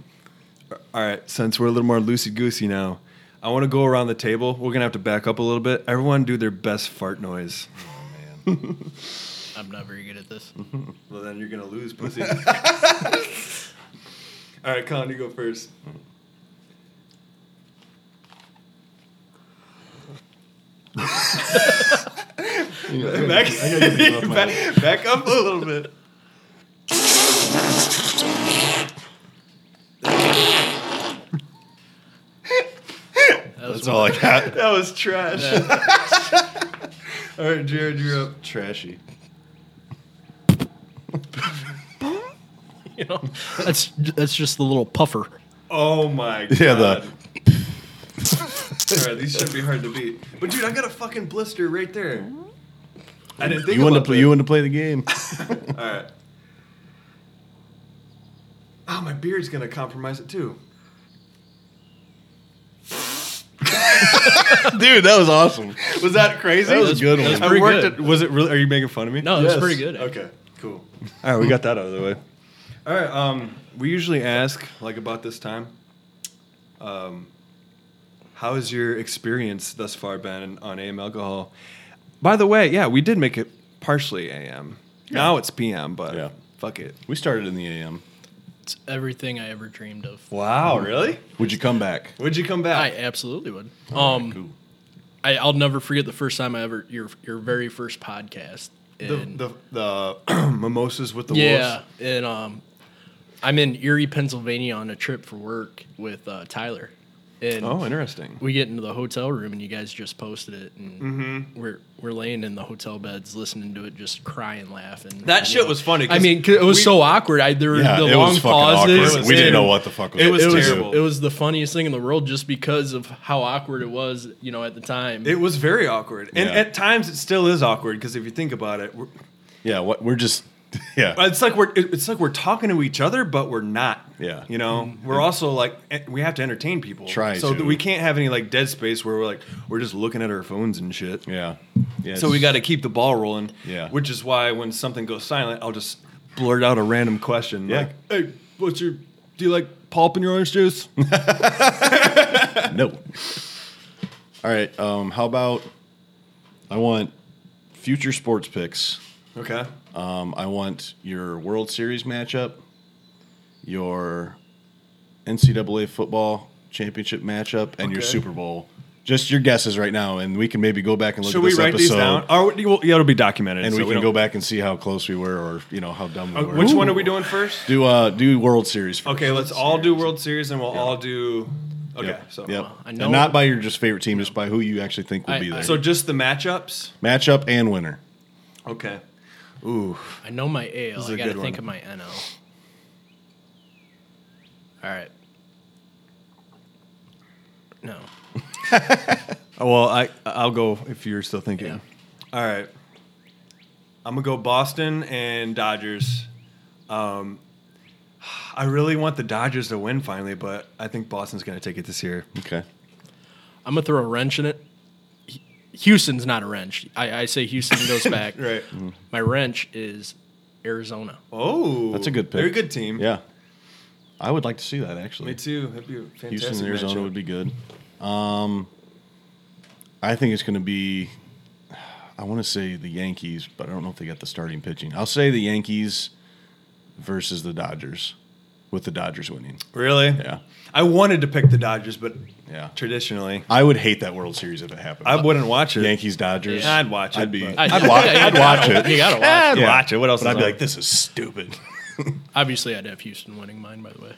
[SPEAKER 4] All right, since we're a little more loosey goosey now, I want to go around the table. We're gonna have to back up a little bit. Everyone do their best fart noise.
[SPEAKER 5] I'm not very good at this.
[SPEAKER 4] Well, then you're gonna lose, pussy. All right, Colin, you go first. back, back, back up a little bit.
[SPEAKER 3] That's all I got.
[SPEAKER 4] That was trash. All right, Jared, you're up.
[SPEAKER 3] Trashy.
[SPEAKER 5] You know, that's that's just the little puffer.
[SPEAKER 4] Oh my god.
[SPEAKER 3] Yeah, the
[SPEAKER 4] All right, these should be hard to beat. But dude, I got a fucking blister right there. I didn't think
[SPEAKER 3] you want to
[SPEAKER 4] about
[SPEAKER 3] play.
[SPEAKER 4] that.
[SPEAKER 3] You want to play the game.
[SPEAKER 4] All right. Oh, my beard's gonna compromise it too.
[SPEAKER 3] Dude, that was awesome.
[SPEAKER 4] Was that crazy?
[SPEAKER 3] That was a good one.
[SPEAKER 5] that's- pretty
[SPEAKER 4] worked
[SPEAKER 5] good.
[SPEAKER 4] It, was it really? Are you making fun of me?
[SPEAKER 5] No, it was pretty good, actually.
[SPEAKER 4] Okay, cool. All right, we got that out of the way. All right. Um, we usually ask like about this time. Um, how has your experience thus far been on AM alcohol? By the way, yeah, we did make it partially AM. Now it's PM, but
[SPEAKER 3] Yeah.
[SPEAKER 4] fuck it.
[SPEAKER 3] We started in the AM.
[SPEAKER 5] It's everything I ever dreamed of.
[SPEAKER 4] Wow, really?
[SPEAKER 3] Would you come back?
[SPEAKER 4] Would you come back?
[SPEAKER 5] I absolutely would. Um, I, I'll never forget the first time I ever your your very first podcast. And-
[SPEAKER 4] the the, the mimosas with the
[SPEAKER 5] yeah,
[SPEAKER 4] wolves.
[SPEAKER 5] and um, I'm in Erie, Pennsylvania, on a trip for work with uh, Tyler, and
[SPEAKER 4] Oh, interesting.
[SPEAKER 5] we get into the hotel room, and you guys just posted it, and
[SPEAKER 3] Mm-hmm.
[SPEAKER 5] we're we're laying in the hotel beds listening to it, just crying laughing
[SPEAKER 4] That shit was funny, 'cause
[SPEAKER 5] i mean 'cause it was
[SPEAKER 4] we-
[SPEAKER 5] so awkward i there were
[SPEAKER 3] Yeah,
[SPEAKER 5] the
[SPEAKER 3] it
[SPEAKER 5] long
[SPEAKER 3] was fucking
[SPEAKER 5] pauses
[SPEAKER 3] awkward. We didn't
[SPEAKER 5] and
[SPEAKER 3] know what the fuck was
[SPEAKER 5] it
[SPEAKER 3] going
[SPEAKER 5] was
[SPEAKER 4] It was
[SPEAKER 5] terrible
[SPEAKER 4] terrible.
[SPEAKER 5] it was the funniest thing in the world just because of how awkward it was you know at the time
[SPEAKER 4] It was very awkward, and
[SPEAKER 3] Yeah.
[SPEAKER 4] at times it still is awkward because if you think about it, we're,
[SPEAKER 3] Yeah, what, we're just yeah.
[SPEAKER 4] it's like we're it- it's like we're talking to each other, but we're not.
[SPEAKER 3] Yeah.
[SPEAKER 4] you know, we're also like eh, we have to entertain people.
[SPEAKER 3] Try
[SPEAKER 4] so
[SPEAKER 3] to.
[SPEAKER 4] we can't have any like dead space where we're like we're just looking at our phones and shit.
[SPEAKER 3] Yeah. Yeah.
[SPEAKER 4] So we got to keep the ball rolling.
[SPEAKER 3] Yeah.
[SPEAKER 4] which is why when something goes silent, I'll just blurt out a random question.
[SPEAKER 3] Yeah.
[SPEAKER 4] like, hey, what's your do you like pulp in your orange juice?
[SPEAKER 3] no. All right. Um, how about I want future sports picks.
[SPEAKER 4] okay.
[SPEAKER 3] Um, I want your World Series matchup, your NCAA football championship matchup, and your
[SPEAKER 4] Okay.
[SPEAKER 3] Super Bowl. Just your guesses right now, and we can maybe go back and look
[SPEAKER 4] Should
[SPEAKER 3] at
[SPEAKER 4] we
[SPEAKER 3] this
[SPEAKER 4] write
[SPEAKER 3] episode,
[SPEAKER 4] these down? Or, well, yeah, it'll be documented.
[SPEAKER 3] and
[SPEAKER 4] so
[SPEAKER 3] we can
[SPEAKER 4] don't-
[SPEAKER 3] go back and see how close we were, or you know how dumb we
[SPEAKER 4] Uh,
[SPEAKER 3] were.
[SPEAKER 4] Which one are we doing first?
[SPEAKER 3] Do uh do World Series. First.
[SPEAKER 4] Okay, let's all do World Series, and we'll all do. Okay,
[SPEAKER 3] Yep.
[SPEAKER 4] so uh,
[SPEAKER 3] yep.
[SPEAKER 5] I
[SPEAKER 3] And
[SPEAKER 5] know-
[SPEAKER 3] not by your just favorite team, just by who you actually think will
[SPEAKER 5] I-
[SPEAKER 3] be
[SPEAKER 5] I-
[SPEAKER 3] there.
[SPEAKER 4] so just the matchups.
[SPEAKER 3] matchup and winner.
[SPEAKER 4] Okay. Ooh,
[SPEAKER 5] i know my al
[SPEAKER 4] is a
[SPEAKER 5] i gotta
[SPEAKER 4] good one.
[SPEAKER 5] think of my no all right no
[SPEAKER 3] Uh,
[SPEAKER 4] Oh, well, I I'll go if you're still thinking.
[SPEAKER 5] Yeah.
[SPEAKER 4] All right, I'm gonna go Boston and Dodgers. Um, I really want the Dodgers to win finally, but I think Boston's gonna take it this year.
[SPEAKER 3] Okay.
[SPEAKER 5] I'm gonna throw a wrench in it. H- Houston's not a wrench. I, I say Houston goes back.
[SPEAKER 4] Right.
[SPEAKER 5] My wrench is Arizona.
[SPEAKER 4] Oh,
[SPEAKER 3] That's a good pick.
[SPEAKER 4] They're a good team.
[SPEAKER 3] Yeah. I would like to see that actually.
[SPEAKER 4] me too. That'd be a fantastic.
[SPEAKER 3] Houston and Arizona
[SPEAKER 4] matchup.
[SPEAKER 3] would be good. Um, I think it's going to be. I want to say the Yankees, but I don't know if they got the starting pitching. I'll say the Yankees versus the Dodgers, with the Dodgers winning.
[SPEAKER 4] really.
[SPEAKER 3] Yeah,
[SPEAKER 4] I wanted to pick the Dodgers, but
[SPEAKER 3] Yeah.
[SPEAKER 4] traditionally
[SPEAKER 3] I would hate that World Series if it happened.
[SPEAKER 4] I wouldn't watch it.
[SPEAKER 3] Yankees Dodgers.
[SPEAKER 4] Yeah, I'd watch it,
[SPEAKER 3] I'd be.
[SPEAKER 4] but-
[SPEAKER 3] I'd, wa-
[SPEAKER 5] yeah,
[SPEAKER 3] I'd
[SPEAKER 5] you
[SPEAKER 3] watch
[SPEAKER 5] gotta- You
[SPEAKER 3] it.
[SPEAKER 5] gotta watch.
[SPEAKER 4] I'd
[SPEAKER 3] Yeah.
[SPEAKER 4] watch it. What else?
[SPEAKER 3] But
[SPEAKER 4] is
[SPEAKER 3] I'd be
[SPEAKER 4] on?
[SPEAKER 3] like, this is stupid.
[SPEAKER 5] Obviously, I'd have Houston winning mine. By the way,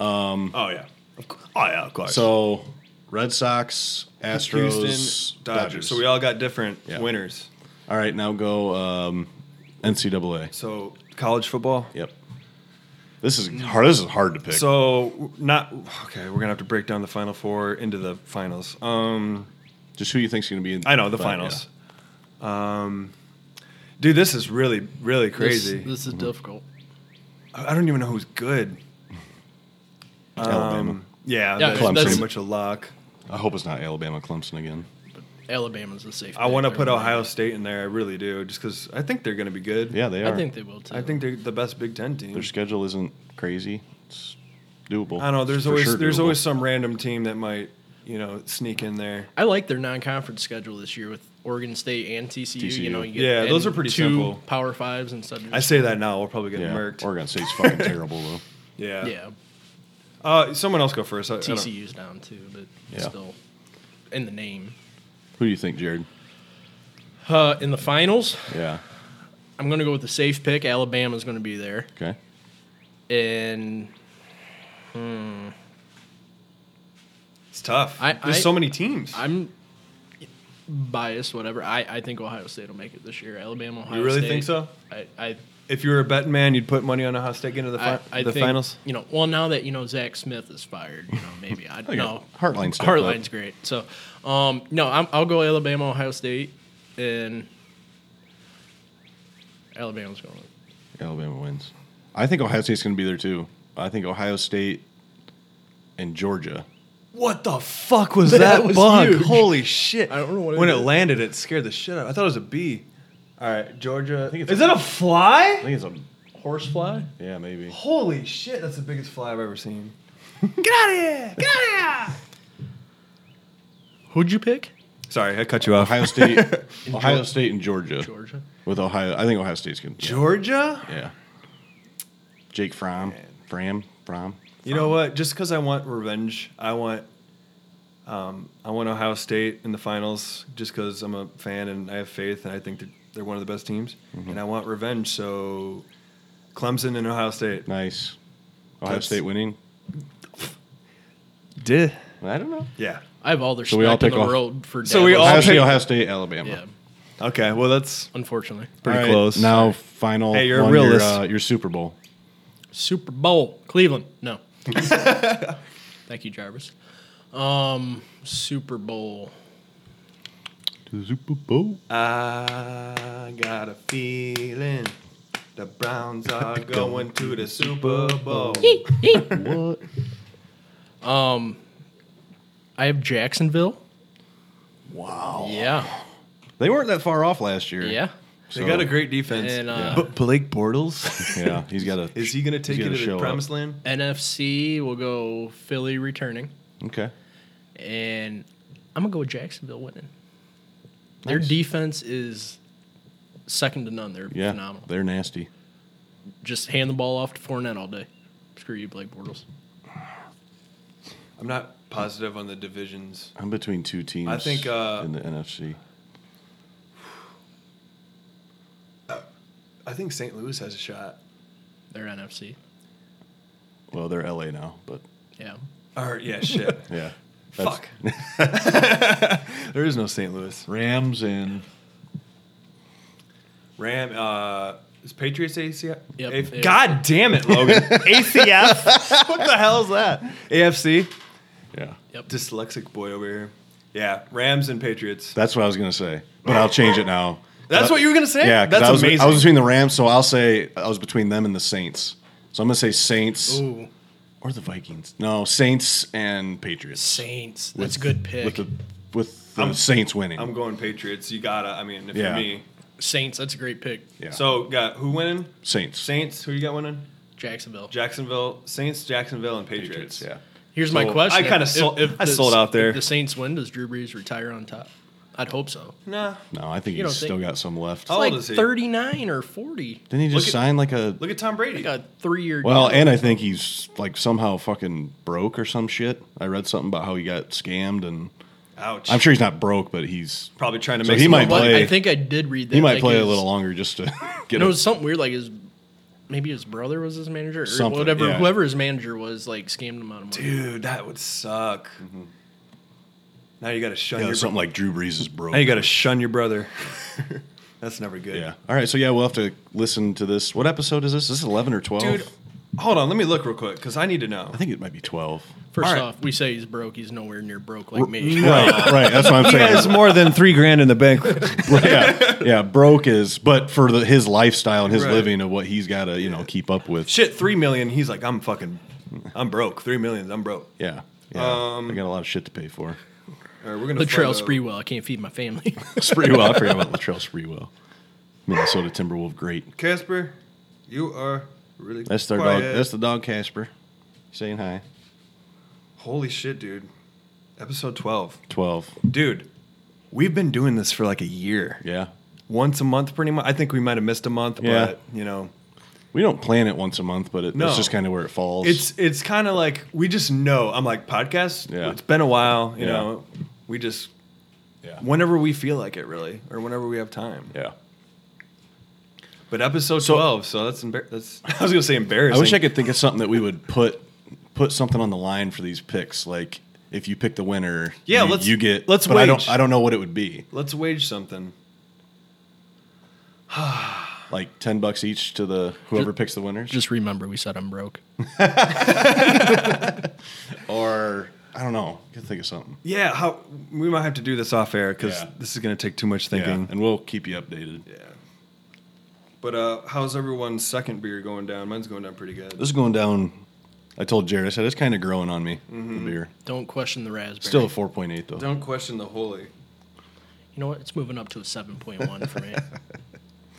[SPEAKER 4] Oh yeah. Of course. Oh yeah, of course.
[SPEAKER 3] So, Red Sox, Astros,
[SPEAKER 4] Houston, Dodgers. So we all got different
[SPEAKER 3] Yeah.
[SPEAKER 4] winners.
[SPEAKER 3] all right, now go um, NCAA.
[SPEAKER 4] So college football.
[SPEAKER 3] Yep. This is hard. This is hard to pick.
[SPEAKER 4] Mm. So not okay. We're gonna have to break down the final four into the finals. Um,
[SPEAKER 3] just who you think's going to be in?
[SPEAKER 4] I know the
[SPEAKER 3] but,
[SPEAKER 4] finals. Um, dude, this is really, really crazy.
[SPEAKER 5] This, this is difficult.
[SPEAKER 4] I I don't even know who's good.
[SPEAKER 3] Alabama.
[SPEAKER 4] Um, yeah,
[SPEAKER 5] Yeah,
[SPEAKER 4] that's
[SPEAKER 3] Clemson.
[SPEAKER 4] pretty much a lock.
[SPEAKER 3] I hope it's not Alabama Clemson again.
[SPEAKER 5] Alabama's a safe.
[SPEAKER 4] I
[SPEAKER 5] pick.
[SPEAKER 4] want to
[SPEAKER 5] They're
[SPEAKER 4] put
[SPEAKER 5] really
[SPEAKER 4] Ohio State in there. I really do, just because I think they're going to be good.
[SPEAKER 3] Yeah, they
[SPEAKER 5] good.
[SPEAKER 3] are.
[SPEAKER 5] I think they will too.
[SPEAKER 4] I think they're the best Big Ten team.
[SPEAKER 3] Their schedule isn't crazy. It's doable.
[SPEAKER 4] I don't know. There's
[SPEAKER 3] For
[SPEAKER 4] always
[SPEAKER 3] sure
[SPEAKER 4] there's
[SPEAKER 3] doable.
[SPEAKER 4] always some random team that might you know sneak in there.
[SPEAKER 5] I like their non-conference schedule this year with Oregon State and TCU. You
[SPEAKER 3] TCU.
[SPEAKER 5] know, you get
[SPEAKER 4] Yeah, those
[SPEAKER 5] and
[SPEAKER 4] are pretty
[SPEAKER 5] two
[SPEAKER 4] simple.
[SPEAKER 5] Power fives instead. Of
[SPEAKER 4] I say that now. We'll probably get
[SPEAKER 3] Yeah,
[SPEAKER 4] murked.
[SPEAKER 3] Oregon State's fucking terrible though.
[SPEAKER 4] yeah.
[SPEAKER 5] yeah,
[SPEAKER 4] Uh, someone else go first. I, I don't-
[SPEAKER 5] TCU's down too, but
[SPEAKER 3] Yeah.
[SPEAKER 5] still in the name.
[SPEAKER 3] Who do you think, Jared?
[SPEAKER 5] Uh, in the finals,
[SPEAKER 3] Yeah.
[SPEAKER 5] I'm going to go with the safe pick. Alabama's going to be there,
[SPEAKER 3] Okay.
[SPEAKER 5] and
[SPEAKER 4] it's tough.
[SPEAKER 5] I-
[SPEAKER 4] there's
[SPEAKER 5] I-
[SPEAKER 4] so many teams.
[SPEAKER 5] I'm biased, whatever. I, I think Ohio State will make it this year. Alabama, Ohio
[SPEAKER 4] you really
[SPEAKER 5] State.
[SPEAKER 4] think so?
[SPEAKER 5] I, I,
[SPEAKER 4] If you were a betting man, you'd put money on Ohio State getting to the,
[SPEAKER 5] I,
[SPEAKER 4] fi-
[SPEAKER 5] I
[SPEAKER 4] the
[SPEAKER 5] think,
[SPEAKER 4] finals.
[SPEAKER 5] You know, well now that you know Zach Smith is fired, you know maybe I don't know.
[SPEAKER 3] Heartline stepped
[SPEAKER 5] Heartline's great. So, um, no, I'm, I'll go Alabama, Ohio State, and Alabama's going.
[SPEAKER 3] Alabama wins. I think Ohio State's going to be there too. I think Ohio State and Georgia.
[SPEAKER 4] What the fuck was that, bug? Holy shit! I
[SPEAKER 5] don't know what it
[SPEAKER 4] when it,
[SPEAKER 5] is.
[SPEAKER 4] landed, it scared the shit out. of I thought it was a bee. All right, Georgia.
[SPEAKER 3] think it's
[SPEAKER 4] is
[SPEAKER 3] a-
[SPEAKER 4] that a fly?
[SPEAKER 3] I think it's a
[SPEAKER 5] Horsefly?
[SPEAKER 3] yeah, maybe.
[SPEAKER 4] Holy shit! That's the biggest fly I've ever seen.
[SPEAKER 5] Who'd you pick?
[SPEAKER 4] Sorry, I cut you off.
[SPEAKER 3] Ohio State, Ohio State and Georgia.
[SPEAKER 5] Georgia.
[SPEAKER 3] With Ohio, I think Ohio State's going. to
[SPEAKER 4] Georgia.
[SPEAKER 3] Yeah. Jake Fromm, Fram, Fromm.
[SPEAKER 4] You know what? Just because I want revenge, I want, um, I want Ohio State in the finals. Just because I'm a fan and I have faith, and I think they're, they're one of the best teams, and I want revenge. So, Clemson and Ohio State.
[SPEAKER 3] Nice. Ohio
[SPEAKER 4] That's-
[SPEAKER 3] State winning.
[SPEAKER 4] Did
[SPEAKER 3] I don't know.
[SPEAKER 4] yeah.
[SPEAKER 5] I have all their
[SPEAKER 3] So
[SPEAKER 5] so
[SPEAKER 3] we all
[SPEAKER 5] respect in
[SPEAKER 3] pick
[SPEAKER 5] the
[SPEAKER 3] Ohio-
[SPEAKER 5] world for.
[SPEAKER 4] So we
[SPEAKER 5] Dabo.
[SPEAKER 4] all-
[SPEAKER 3] Ohio State,
[SPEAKER 4] pick-
[SPEAKER 3] Ohio State, Alabama.
[SPEAKER 5] Yeah,
[SPEAKER 4] Okay. Well, that's
[SPEAKER 5] unfortunately.
[SPEAKER 4] pretty
[SPEAKER 3] All right,
[SPEAKER 4] close.
[SPEAKER 3] Now, final.
[SPEAKER 4] Hey, you're a
[SPEAKER 3] one, your,
[SPEAKER 4] realist.
[SPEAKER 3] uh, your Super Bowl.
[SPEAKER 5] Super Bowl, Cleveland. No. Thank you, Jarvis. Um, Super Bowl.
[SPEAKER 3] Super Bowl.
[SPEAKER 4] I got a feeling the Browns are going to the Super Bowl.
[SPEAKER 5] Um, I have Jacksonville. Wow. Yeah.
[SPEAKER 3] They weren't that far off last year.
[SPEAKER 5] Yeah.
[SPEAKER 4] They got a great defense.
[SPEAKER 5] And uh,
[SPEAKER 4] but Blake Bortles,
[SPEAKER 3] Yeah. He's got a.
[SPEAKER 4] is he going to take you
[SPEAKER 3] gotta
[SPEAKER 4] to
[SPEAKER 3] show
[SPEAKER 4] the
[SPEAKER 3] up.
[SPEAKER 4] promised land?
[SPEAKER 5] NFC will go Philly returning,
[SPEAKER 3] Okay.
[SPEAKER 5] and I'm gonna go with Jacksonville winning. Their defense is second to none. They're
[SPEAKER 3] Yeah.
[SPEAKER 5] phenomenal.
[SPEAKER 3] They're nasty.
[SPEAKER 5] Just hand the ball off to Fournette all day. Screw you, Blake Bortles.
[SPEAKER 4] I'm not positive on the divisions.
[SPEAKER 3] I'm between two teams.
[SPEAKER 4] I think, uh,
[SPEAKER 3] in the NFC.
[SPEAKER 4] I think St. Louis has a shot.
[SPEAKER 5] They're NFC.
[SPEAKER 3] Well, they're LA now, but
[SPEAKER 5] Yeah.
[SPEAKER 4] Or yeah, shit.
[SPEAKER 3] yeah. That's-
[SPEAKER 4] Fuck. there is no St. Louis.
[SPEAKER 3] Rams and
[SPEAKER 4] Ram. Uh, is Patriots ACF?
[SPEAKER 5] Yep.
[SPEAKER 4] A- God damn it, Logan. ACF. what the hell is that? AFC.
[SPEAKER 3] yeah.
[SPEAKER 5] Yep.
[SPEAKER 4] Dyslexic boy over here. Yeah, Rams and Patriots.
[SPEAKER 3] That's what I was gonna say, but I'll change it now.
[SPEAKER 4] That's what you were gonna say.
[SPEAKER 3] Yeah, 'cause
[SPEAKER 4] that's
[SPEAKER 3] I was,
[SPEAKER 4] amazing.
[SPEAKER 3] I was between the Rams, so I'll say I was between them and the Saints. So I'm gonna say Saints
[SPEAKER 5] Ooh,
[SPEAKER 3] or the Vikings. No, Saints and Patriots.
[SPEAKER 5] Saints. That's a good
[SPEAKER 3] With
[SPEAKER 5] pick.
[SPEAKER 3] the with the Saints winning.
[SPEAKER 4] I'm going Patriots. You gotta. I mean, if
[SPEAKER 3] Yeah.
[SPEAKER 4] you're me.
[SPEAKER 5] Saints. That's a great pick.
[SPEAKER 3] yeah.
[SPEAKER 4] So got who winning?
[SPEAKER 3] Saints.
[SPEAKER 4] Saints. Who you got winning?
[SPEAKER 5] Jacksonville.
[SPEAKER 4] Jacksonville. Saints. Jacksonville and Patriots.
[SPEAKER 3] Patriots. Yeah.
[SPEAKER 5] Here's my
[SPEAKER 4] So,
[SPEAKER 5] question.
[SPEAKER 4] I kinda
[SPEAKER 5] If-
[SPEAKER 4] sold-
[SPEAKER 5] if
[SPEAKER 4] I
[SPEAKER 5] the-
[SPEAKER 4] sold out there.
[SPEAKER 5] If the Saints win, does Drew Brees retire on top? I'd hope so.
[SPEAKER 4] Nah.
[SPEAKER 3] No, I think
[SPEAKER 5] You
[SPEAKER 3] he's
[SPEAKER 5] don't think- Oh,
[SPEAKER 3] still got some left.
[SPEAKER 4] How old
[SPEAKER 5] like
[SPEAKER 4] is he?
[SPEAKER 5] 39 or 40.
[SPEAKER 3] Didn't he just
[SPEAKER 4] Look at-
[SPEAKER 3] sign like a
[SPEAKER 4] Look at Tom Brady.
[SPEAKER 5] Like a three year
[SPEAKER 3] Well, and I think he's like somehow fucking broke or some shit. I read something about how he got scammed, and
[SPEAKER 4] Ouch.
[SPEAKER 3] I'm sure he's not broke, but he's
[SPEAKER 4] Probably trying to
[SPEAKER 3] So
[SPEAKER 4] make.
[SPEAKER 3] he
[SPEAKER 4] some
[SPEAKER 3] might
[SPEAKER 4] more
[SPEAKER 5] But
[SPEAKER 4] money.
[SPEAKER 3] play-
[SPEAKER 5] I think I did read that.
[SPEAKER 3] he might
[SPEAKER 5] like,
[SPEAKER 3] play a
[SPEAKER 5] his-
[SPEAKER 3] little longer just to get.
[SPEAKER 5] And it
[SPEAKER 3] a-
[SPEAKER 5] was something weird, like his maybe his brother was his manager or
[SPEAKER 3] Something,
[SPEAKER 5] whatever.
[SPEAKER 3] yeah.
[SPEAKER 5] Whoever his manager was, like scammed him out of money.
[SPEAKER 4] Dude, that would suck. Now you gotta shun
[SPEAKER 3] Mm-hmm. Yeah,
[SPEAKER 4] your.
[SPEAKER 3] something like Drew Brees is broke.
[SPEAKER 4] now you gotta shun your brother. that's never good.
[SPEAKER 3] yeah. All right, so yeah, we'll have to listen to this. What episode is this? Is this eleven or twelve?
[SPEAKER 4] Dude, Hold on, let me look real quick because I need to know.
[SPEAKER 3] I think it might be twelve.
[SPEAKER 5] First
[SPEAKER 4] All right.
[SPEAKER 5] off, we say he's broke. He's nowhere near broke like me.
[SPEAKER 3] Right, right. That's what I'm
[SPEAKER 7] He has
[SPEAKER 3] saying.
[SPEAKER 7] more than three grand in the bank.
[SPEAKER 3] yeah, yeah. Broke is, but for the, his lifestyle and his
[SPEAKER 4] Right.
[SPEAKER 3] living of what he's got to you know keep up with.
[SPEAKER 4] Shit, three million. He's like, I'm fucking, I'm broke. Three million. I'm broke.
[SPEAKER 3] Yeah, yeah.
[SPEAKER 4] Um,
[SPEAKER 3] I got a lot of shit to pay for.
[SPEAKER 4] All right, we're gonna
[SPEAKER 5] Latrell
[SPEAKER 4] find out.
[SPEAKER 5] Sprewell. I can't feed my family.
[SPEAKER 3] Spreewell, I forgot about Latrell Spreewell, Minnesota Timberwolf. Great.
[SPEAKER 4] Casper, you are really.
[SPEAKER 3] That's their
[SPEAKER 4] quiet.
[SPEAKER 3] dog. That's the dog Casper. Saying hi.
[SPEAKER 4] Holy shit, dude. Episode twelve,
[SPEAKER 3] Twelve.
[SPEAKER 4] dude. We've been doing this for like a year.
[SPEAKER 3] Yeah.
[SPEAKER 4] Once a month, pretty much. I think we might have missed a month,
[SPEAKER 3] Yeah.
[SPEAKER 4] but you know,
[SPEAKER 3] We don't plan it once a month, but it,
[SPEAKER 4] No.
[SPEAKER 3] it's just kind of where it falls.
[SPEAKER 4] it's it's kind of like we just know. I'm like podcast.
[SPEAKER 3] Yeah.
[SPEAKER 4] It's been a while. You
[SPEAKER 3] Yeah.
[SPEAKER 4] know, we just
[SPEAKER 3] yeah.
[SPEAKER 4] whenever we feel like it, really, or whenever we have time.
[SPEAKER 3] yeah.
[SPEAKER 4] But episode twelve, so that's embar- that's. I was gonna say embarrassing.
[SPEAKER 3] I wish I could think of something that we would put put something on the line for these picks. Like if you pick the winner,
[SPEAKER 4] Yeah,
[SPEAKER 3] you,
[SPEAKER 4] let's-
[SPEAKER 3] you get.
[SPEAKER 4] let's
[SPEAKER 3] but I
[SPEAKER 4] wage.
[SPEAKER 3] don't. I don't know what it would be.
[SPEAKER 4] Let's wage something.
[SPEAKER 3] Like ten bucks each to the whoever picks the winners,
[SPEAKER 5] Just remember, we said I'm broke.
[SPEAKER 3] or I don't know. I could think of something.
[SPEAKER 4] Yeah, how we might have to do this off air because
[SPEAKER 3] Yeah.
[SPEAKER 4] this is gonna take too much
[SPEAKER 3] Yeah,
[SPEAKER 4] thinking.
[SPEAKER 3] and we'll keep you updated.
[SPEAKER 4] Yeah. But uh, how's everyone's second beer going down? Mine's going down pretty good.
[SPEAKER 3] This is going down. I told Jared. I said it's kind of growing on me. The beer
[SPEAKER 5] Don't question the raspberry.
[SPEAKER 3] still a four point eight though.
[SPEAKER 4] Don't question the holy.
[SPEAKER 5] you know what? It's moving up to a 7.1 for me.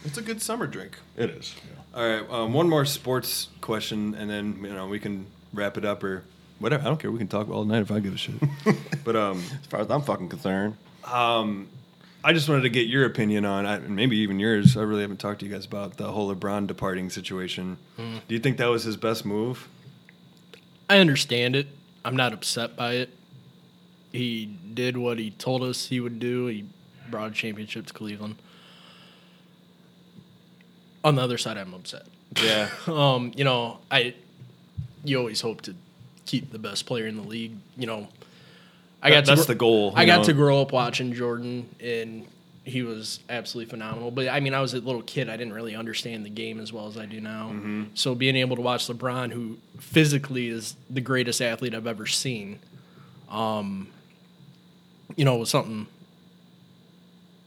[SPEAKER 4] It's a good summer drink.
[SPEAKER 3] It is.
[SPEAKER 4] All right, um, one more sports question, and then you know we can wrap it up or whatever. I don't care. We can talk all night if I give a shit. but um,
[SPEAKER 3] As far as I'm fucking concerned,
[SPEAKER 4] I just wanted to get your opinion on, I- and maybe even yours. I really haven't talked to you guys about the whole LeBron departing situation. Do you think that was his best move?
[SPEAKER 5] I understand it. I'm not upset by it. He did what he told us he would do. He brought a championship to Cleveland. On the other side, I'm upset.
[SPEAKER 4] Yeah,
[SPEAKER 5] Um, you know, I you always hope to keep the best player in the league. You know, I
[SPEAKER 4] That-
[SPEAKER 5] got
[SPEAKER 4] that's
[SPEAKER 5] to, gr-
[SPEAKER 4] the goal,
[SPEAKER 5] I
[SPEAKER 4] you
[SPEAKER 5] got
[SPEAKER 4] know.
[SPEAKER 5] to grow up watching Jordan, and he was absolutely phenomenal. But I mean, I was a little kid; I didn't really understand the game as well as I do now.
[SPEAKER 4] Mm-hmm.
[SPEAKER 5] So being able to watch LeBron, who physically is the greatest athlete I've ever seen, um, you know, was something.